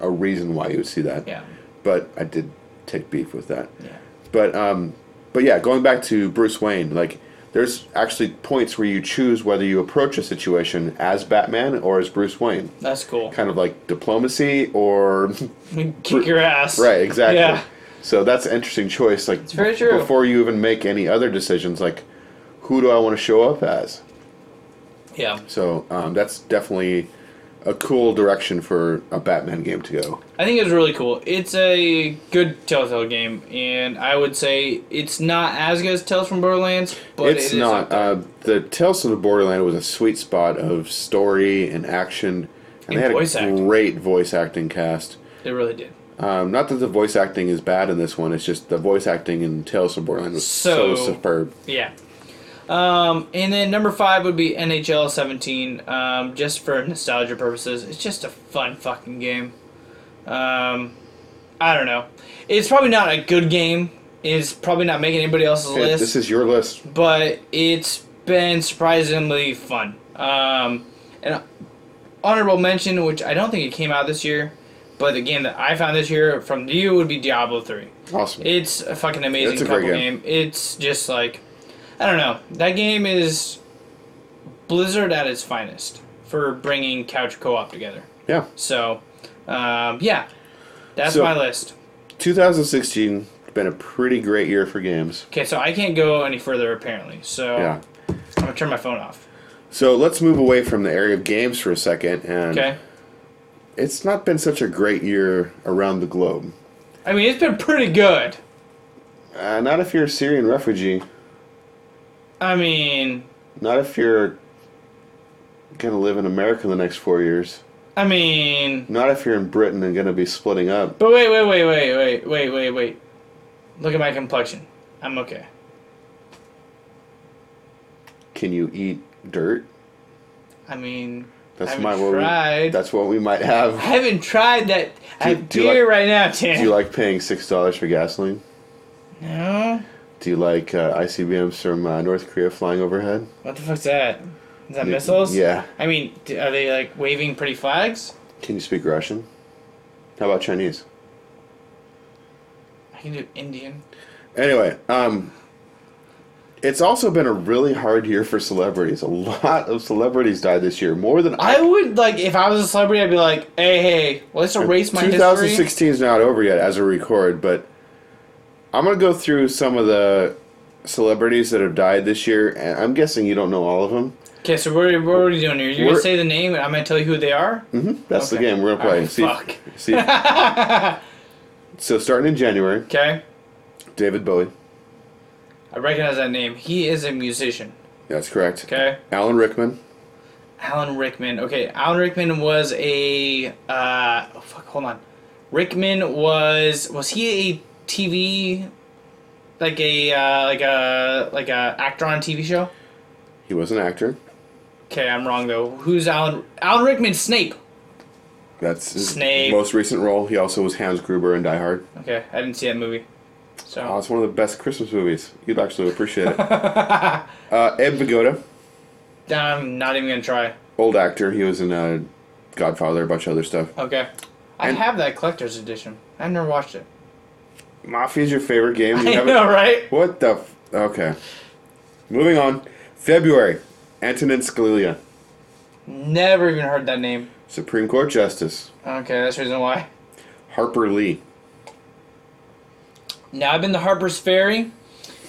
[SPEAKER 3] a reason why you would see that.
[SPEAKER 4] Yeah.
[SPEAKER 3] But I did take beef with that.
[SPEAKER 4] Yeah.
[SPEAKER 3] But um, but yeah, going back to Bruce Wayne, like there's actually points where you choose whether you approach a situation as Batman or as Bruce Wayne
[SPEAKER 4] That's cool.
[SPEAKER 3] kind of like diplomacy or
[SPEAKER 4] Kick your ass.
[SPEAKER 3] right exactly
[SPEAKER 4] Yeah.
[SPEAKER 3] so that's an interesting choice like
[SPEAKER 4] very true.
[SPEAKER 3] before you even make any other decisions like who do i want to show up as
[SPEAKER 4] Yeah.
[SPEAKER 3] so um, that's definitely a cool direction for a batman game to go
[SPEAKER 4] I think it's really cool. It's a good Telltale game, and I would say it's not as good as Tales from Borderlands, but
[SPEAKER 3] it's
[SPEAKER 4] it is up
[SPEAKER 3] not
[SPEAKER 4] there.
[SPEAKER 3] uh, the tales from the borderland was a sweet spot of story and action and,
[SPEAKER 4] And
[SPEAKER 3] they had
[SPEAKER 4] voice
[SPEAKER 3] a
[SPEAKER 4] acting.
[SPEAKER 3] great voice acting cast
[SPEAKER 4] They really did.
[SPEAKER 3] um, not that the voice acting is bad in this one it's just the voice acting in tales from borderland was
[SPEAKER 4] So-
[SPEAKER 3] so superb
[SPEAKER 4] Yeah. Um, and then number five would be NHL 17. Um, just for nostalgia purposes, it's just a fun fucking game. Um, I don't know. It's probably not a good game. It's probably not making anybody else's
[SPEAKER 3] Hey,
[SPEAKER 4] list
[SPEAKER 3] This is your list.
[SPEAKER 4] but it's been surprisingly fun. Um, an honorable mention, which I don't think it came out this year, but the game that I found this year from you would be Diablo three.
[SPEAKER 3] Awesome.
[SPEAKER 4] It's a fucking amazing
[SPEAKER 3] It's a
[SPEAKER 4] couple
[SPEAKER 3] great
[SPEAKER 4] game.
[SPEAKER 3] game.
[SPEAKER 4] It's just like, I don't know. That game is Blizzard at its finest for bringing couch co-op together.
[SPEAKER 3] yeah.
[SPEAKER 4] So, um, yeah, that's
[SPEAKER 3] So-
[SPEAKER 4] my list.
[SPEAKER 3] 2016 been a pretty great year for games.
[SPEAKER 4] Okay, so I can't go any further apparently. So
[SPEAKER 3] Yeah.
[SPEAKER 4] I'm gonna turn my phone off.
[SPEAKER 3] So let's move away from the area of games for a second, and
[SPEAKER 4] Okay.
[SPEAKER 3] it's not been such a great year around the globe.
[SPEAKER 4] I mean, it's been pretty good.
[SPEAKER 3] Uh, not if you're a Syrian refugee.
[SPEAKER 4] I mean,
[SPEAKER 3] Not if you're gonna live in America the next four years.
[SPEAKER 4] I mean.
[SPEAKER 3] Not if you're in Britain and gonna be splitting up.
[SPEAKER 4] But wait, wait, wait, wait, wait, wait, wait, wait. Look at my complexion. I'm okay.
[SPEAKER 3] Can you eat dirt?
[SPEAKER 4] I mean,
[SPEAKER 3] That's
[SPEAKER 4] Haven't
[SPEAKER 3] my what we,
[SPEAKER 4] tried.
[SPEAKER 3] That's what we might have.
[SPEAKER 4] I haven't tried that. I have
[SPEAKER 3] do you
[SPEAKER 4] beer
[SPEAKER 3] like-
[SPEAKER 4] right now,
[SPEAKER 3] Do
[SPEAKER 4] Tim.
[SPEAKER 3] you like paying six dollars for gasoline?
[SPEAKER 4] no.
[SPEAKER 3] Do you like uh, ICBMs from uh, North Korea flying overhead?
[SPEAKER 4] What the fuck's that? Is that missiles?
[SPEAKER 3] Yeah.
[SPEAKER 4] I mean, d- are they like waving pretty flags?
[SPEAKER 3] Can you speak Russian? How about Chinese?
[SPEAKER 4] I can do Indian.
[SPEAKER 3] Anyway, um, it's also been a really hard year for celebrities. A lot of celebrities died this year, more than
[SPEAKER 4] I would like if I was a celebrity, I'd be like, hey, hey, let's erase my history.
[SPEAKER 3] 2016 is not over yet as a record, but I'm gonna go through some of the celebrities that have died this year, and I'm guessing you don't know all of them.
[SPEAKER 4] Okay, so what are, what are we doing here? You're
[SPEAKER 3] We're- Mm-hmm.
[SPEAKER 4] gonna say the name, and I'm gonna tell you who they are.
[SPEAKER 3] That's the
[SPEAKER 4] Okay.
[SPEAKER 3] game we're gonna play.
[SPEAKER 4] Alright,
[SPEAKER 3] see,
[SPEAKER 4] fuck.
[SPEAKER 3] see. so starting in January,
[SPEAKER 4] Okay,
[SPEAKER 3] David Bowie.
[SPEAKER 4] I recognize that name. He is a musician.
[SPEAKER 3] That's correct.
[SPEAKER 4] Okay,
[SPEAKER 3] Alan Rickman.
[SPEAKER 4] Alan Rickman. Okay, Alan Rickman was a. Uh, oh fuck, hold on. Rickman was was he a TV, like a uh, like a like a actor on a TV show?
[SPEAKER 3] He was an actor.
[SPEAKER 4] Okay, I'm wrong though. Who's Alan? Alan Rickman, Snape.
[SPEAKER 3] That's his
[SPEAKER 4] Snape. Oh.
[SPEAKER 3] most recent role. He also was Hans Gruber in Die Hard.
[SPEAKER 4] Okay, I didn't see that movie. So
[SPEAKER 3] Oh, it's one of the best Christmas movies. You'd actually appreciate it. uh, Ed Vigoda,
[SPEAKER 4] I'm not even gonna try.
[SPEAKER 3] old actor. He was in uh, Godfather, a bunch of other stuff.
[SPEAKER 4] Okay, I
[SPEAKER 3] And-
[SPEAKER 4] have that collector's edition. I've never watched it.
[SPEAKER 3] Mafia's your favorite game. You
[SPEAKER 4] I
[SPEAKER 3] haven't-
[SPEAKER 4] know, right?
[SPEAKER 3] What the? F- okay. Moving on. February. Antonin Scalia,
[SPEAKER 4] Never even heard that name.
[SPEAKER 3] Supreme Court Justice.
[SPEAKER 4] Okay, that's the reason why.
[SPEAKER 3] Harper Lee.
[SPEAKER 4] Now I've been to Harper's Ferry.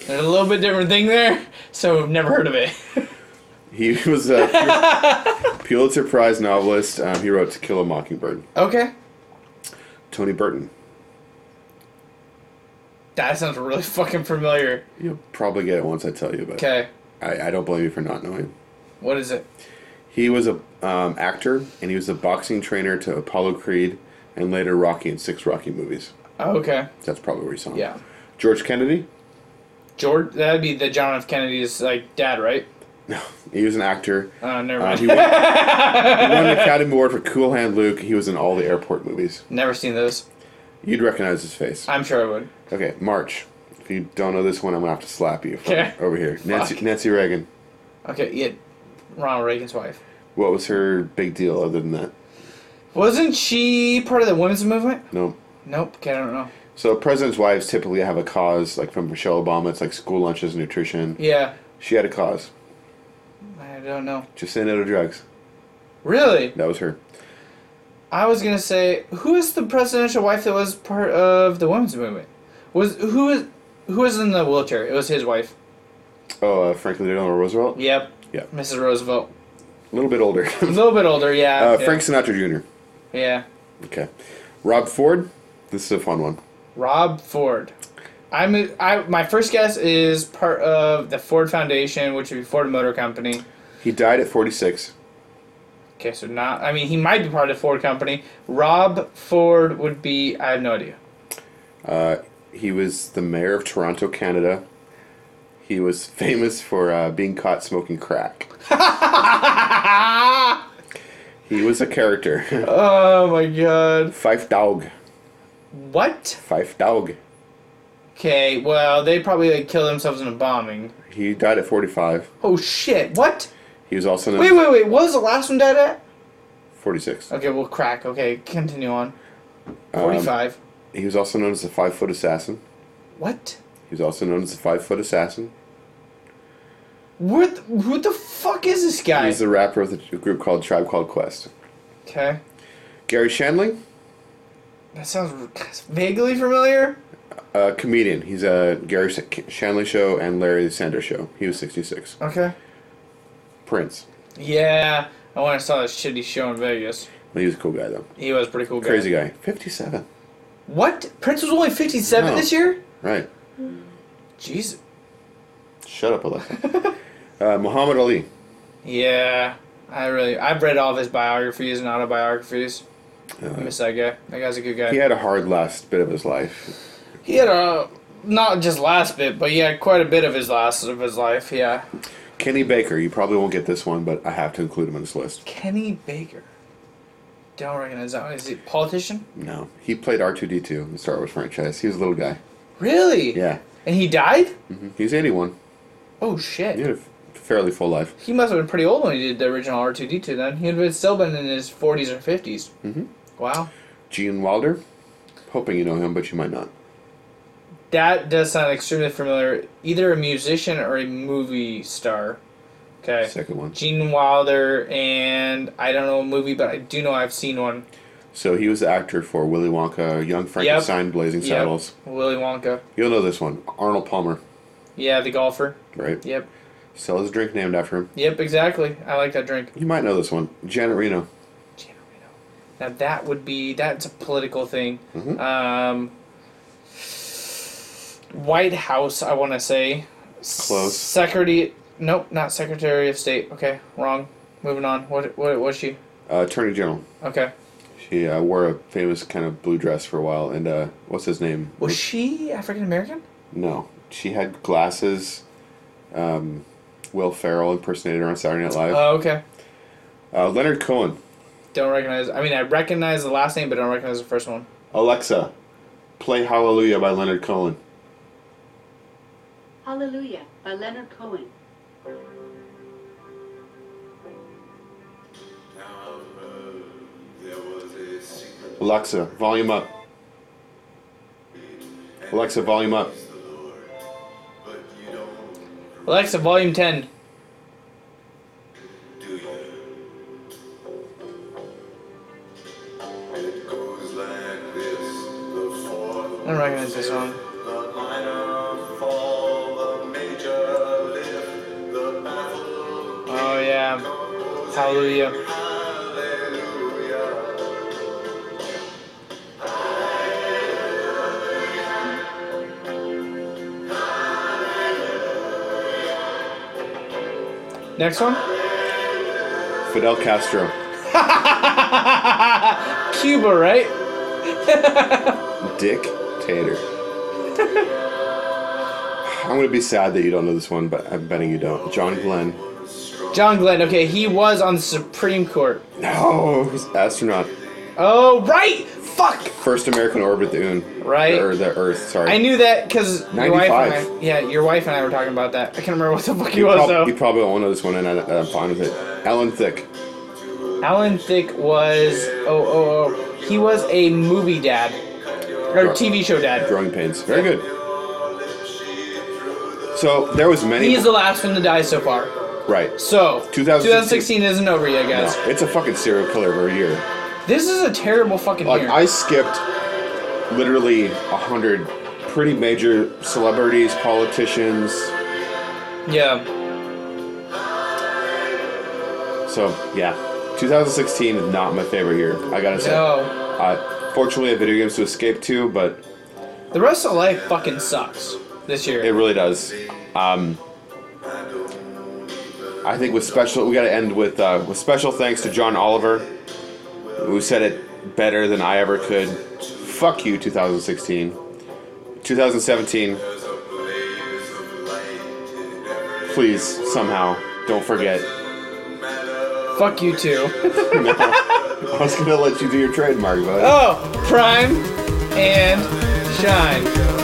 [SPEAKER 4] There's a little bit different thing there, so I've never heard of it.
[SPEAKER 3] He was a Pul- Pulitzer Prize novelist. Um, he wrote To Kill a Mockingbird.
[SPEAKER 4] okay,
[SPEAKER 3] Tony Burton.
[SPEAKER 4] that sounds really fucking familiar.
[SPEAKER 3] You'll probably get it once I tell you, but
[SPEAKER 4] Okay,
[SPEAKER 3] I, I don't blame you for not knowing.
[SPEAKER 4] what is it?
[SPEAKER 3] He was a um, actor, and he was a boxing trainer to Apollo Creed, and later Rocky and six Rocky movies.
[SPEAKER 4] Oh, Okay,
[SPEAKER 3] That's probably where you saw him.
[SPEAKER 4] Yeah.
[SPEAKER 3] George Kennedy.
[SPEAKER 4] George. That'd be the John F. Kennedy's like dad, right?
[SPEAKER 3] He was an actor.
[SPEAKER 4] Uh, never
[SPEAKER 3] Uh,
[SPEAKER 4] mind.
[SPEAKER 3] he, won, he won an Academy Award for Cool Hand Luke. He was in all the airport movies.
[SPEAKER 4] never seen those.
[SPEAKER 3] You'd recognize his face.
[SPEAKER 4] I'm sure I would.
[SPEAKER 3] Okay, March. If you don't know this one, I'm gonna have to slap you from
[SPEAKER 4] Okay.
[SPEAKER 3] over here. Nancy, Nancy Reagan.
[SPEAKER 4] Okay, yeah, Ronald Reagan's wife.
[SPEAKER 3] What was her big deal other than that?
[SPEAKER 4] Wasn't she part of the women's movement?
[SPEAKER 3] No.
[SPEAKER 4] Nope. Okay, I don't know.
[SPEAKER 3] So presidents' wives typically have a cause, like from Michelle Obama. It's like school lunches, nutrition.
[SPEAKER 4] Yeah,
[SPEAKER 3] She had a cause.
[SPEAKER 4] I don't know.
[SPEAKER 3] Just say no to drugs.
[SPEAKER 4] Really?
[SPEAKER 3] That was her.
[SPEAKER 4] I was gonna say, who is the presidential wife that was part of the women's movement? Was who is who was in the wheelchair? It was his wife.
[SPEAKER 3] Oh, uh, Franklin Delano Roosevelt.
[SPEAKER 4] Yep.
[SPEAKER 3] Yeah.
[SPEAKER 4] Mrs. Roosevelt.
[SPEAKER 3] A little bit older.
[SPEAKER 4] A little bit older, yeah.
[SPEAKER 3] uh,
[SPEAKER 4] yeah.
[SPEAKER 3] Frank Sinatra Jr.
[SPEAKER 4] Yeah.
[SPEAKER 3] Okay. Rob Ford. This is a fun one.
[SPEAKER 4] Rob Ford. I'm I my first guess is part of the Ford Foundation, which would be Ford Motor Company.
[SPEAKER 3] He died at 46.
[SPEAKER 4] Okay, so not I mean he might be part of the Ford Company. Rob Ford would be I have no idea.
[SPEAKER 3] He was the mayor of Toronto, Canada. He was famous for uh, being caught smoking crack. he was a character.
[SPEAKER 4] Oh my god.
[SPEAKER 3] Fife Dog.
[SPEAKER 4] What?
[SPEAKER 3] Fife Dog.
[SPEAKER 4] Okay, well they probably like killed themselves in a bombing.
[SPEAKER 3] He died at 45.
[SPEAKER 4] Oh shit, what?
[SPEAKER 3] He was also known
[SPEAKER 4] Wait, wait, wait. What was the last one died at?
[SPEAKER 3] 46.
[SPEAKER 4] Okay, we'll crack. Okay, continue on.
[SPEAKER 3] Um,
[SPEAKER 4] 45.
[SPEAKER 3] he was also known as the Five Foot Assassin.
[SPEAKER 4] what?
[SPEAKER 3] He was also known as the Five Foot Assassin.
[SPEAKER 4] Where th- who the fuck is this guy?
[SPEAKER 3] He's the rapper with a group called Tribe Called Quest.
[SPEAKER 4] okay.
[SPEAKER 3] Gary Shandling,
[SPEAKER 4] That sounds r- vaguely familiar.
[SPEAKER 3] a comedian. He's a Gary Sh- Shandling show and Larry Sanders show. He was 66.
[SPEAKER 4] Okay.
[SPEAKER 3] Prince.
[SPEAKER 4] Yeah, I went and saw that shitty show in Vegas.
[SPEAKER 3] Well, he was a cool guy, though.
[SPEAKER 4] He was a pretty cool guy.
[SPEAKER 3] Crazy guy. 57.
[SPEAKER 4] What? Prince was only 57
[SPEAKER 3] No.
[SPEAKER 4] this year?
[SPEAKER 3] Right.
[SPEAKER 4] Jeez.
[SPEAKER 3] Shut up, Alexa. uh, Muhammad Ali.
[SPEAKER 4] Yeah. I really, I've read all of his biographies and autobiographies.
[SPEAKER 3] Uh-huh.
[SPEAKER 4] I miss that guy. That guy's a good guy.
[SPEAKER 3] He had a hard last bit of his life.
[SPEAKER 4] He had a not just last bit, but he had quite a bit of his last of his life. Yeah,
[SPEAKER 3] Kenny Baker. You probably won't get this one, but I have to include him on this list.
[SPEAKER 4] Kenny Baker. Don't recognize that one. Is he a politician?
[SPEAKER 3] No, he played R two D two in the Star Wars franchise. He was a little guy.
[SPEAKER 4] Really?
[SPEAKER 3] Yeah,
[SPEAKER 4] And he died?
[SPEAKER 3] he's eighty one.
[SPEAKER 4] Oh shit.
[SPEAKER 3] He had a f- fairly full life.
[SPEAKER 4] He must have been pretty old when he did the original R two D two. Then he'd have still been in his forties or 50s
[SPEAKER 3] Mm-hmm.
[SPEAKER 4] Wow.
[SPEAKER 3] Gene Wilder. Hoping you know him, but you might not.
[SPEAKER 4] That does sound extremely familiar. Either a musician or a movie star. Okay.
[SPEAKER 3] Second one.
[SPEAKER 4] Gene Wilder and I don't know a movie, but I do know I've seen one.
[SPEAKER 3] So he was the actor for Willy Wonka, Young Frankenstein, Blazing
[SPEAKER 4] Yep.
[SPEAKER 3] Saddles.
[SPEAKER 4] Willy Wonka.
[SPEAKER 3] You'll know this one. Arnold Palmer,
[SPEAKER 4] Yeah, the golfer.
[SPEAKER 3] right?
[SPEAKER 4] Yep.
[SPEAKER 3] Sell his drink named after him.
[SPEAKER 4] Yep, exactly. I like that drink.
[SPEAKER 3] You might know this one. Janet Reno.
[SPEAKER 4] Gino Reno. Now that would be that's a political thing. Um, White House, I want to say.
[SPEAKER 3] Close.
[SPEAKER 4] Secretary. Nope, not Secretary of State. Okay, wrong. Moving on. What? What was she?
[SPEAKER 3] Uh, Attorney General.
[SPEAKER 4] Okay.
[SPEAKER 3] She uh, wore a famous kind of blue dress for a while. And uh, what's his name?
[SPEAKER 4] Was she African American?
[SPEAKER 3] No. She had glasses. Um, Will Ferrell impersonated her on Saturday Night Live.
[SPEAKER 4] Oh, okay.
[SPEAKER 3] Uh, Leonard Cohen.
[SPEAKER 4] Don't recognize. I mean, I recognize the last name, but don't recognize the first one.
[SPEAKER 3] Alexa, play Hallelujah by Leonard Cohen.
[SPEAKER 7] Hallelujah by Leonard Cohen.
[SPEAKER 3] Alexa, volume up. Alexa, volume up.
[SPEAKER 4] Alexa, Volume Ten. I don't recognize this song. Oh yeah, Hallelujah. Next one,
[SPEAKER 3] Fidel Castro.
[SPEAKER 4] Cuba, right?
[SPEAKER 3] Dick Tater. I'm gonna be sad that you don't know this one, but I'm betting you don't. John Glenn.
[SPEAKER 4] John Glenn. Okay, he was on the Supreme Court.
[SPEAKER 3] No, he's astronaut.
[SPEAKER 4] Oh right, fuck.
[SPEAKER 3] First American to orbit the Moon.
[SPEAKER 4] Right.
[SPEAKER 3] Or the Earth. Sorry.
[SPEAKER 4] I knew that because your wife and I,
[SPEAKER 3] 95.
[SPEAKER 4] yeah, your wife and I were talking about that. I can't remember what the fuck he
[SPEAKER 3] You,
[SPEAKER 4] was
[SPEAKER 3] prob-
[SPEAKER 4] though.
[SPEAKER 3] you probably won't know this one, and I, I'm fine with it. Alan Thicke.
[SPEAKER 4] Alan Thicke was oh oh oh he was a movie dad or TV show dad.
[SPEAKER 3] Growing Pains. Very good. So there was many.
[SPEAKER 4] He's the last one to die so far.
[SPEAKER 3] right.
[SPEAKER 4] So
[SPEAKER 3] 2016.
[SPEAKER 4] 2016 isn't over yet,
[SPEAKER 3] No,
[SPEAKER 4] guys.
[SPEAKER 3] it's a fucking serial killer every year.
[SPEAKER 4] This is a terrible fucking
[SPEAKER 3] Like
[SPEAKER 4] year.
[SPEAKER 3] I skipped literally a hundred pretty major celebrities, politicians,
[SPEAKER 4] yeah,
[SPEAKER 3] So yeah, 2016 is not my favorite year. I gotta say.
[SPEAKER 4] no.
[SPEAKER 3] Uh, fortunately, I have video games to escape to, but
[SPEAKER 4] The rest of life fucking sucks this
[SPEAKER 3] it
[SPEAKER 4] year.
[SPEAKER 3] really does. Um, I think with special, we gotta end with uh, with special thanks to John Oliver, who said it better than I ever could. Fuck you, 2016. 2017. Please, somehow, don't forget.
[SPEAKER 4] Fuck you too.
[SPEAKER 3] I was gonna let you do your trademark, but.
[SPEAKER 4] Oh, prime and Oh, shine.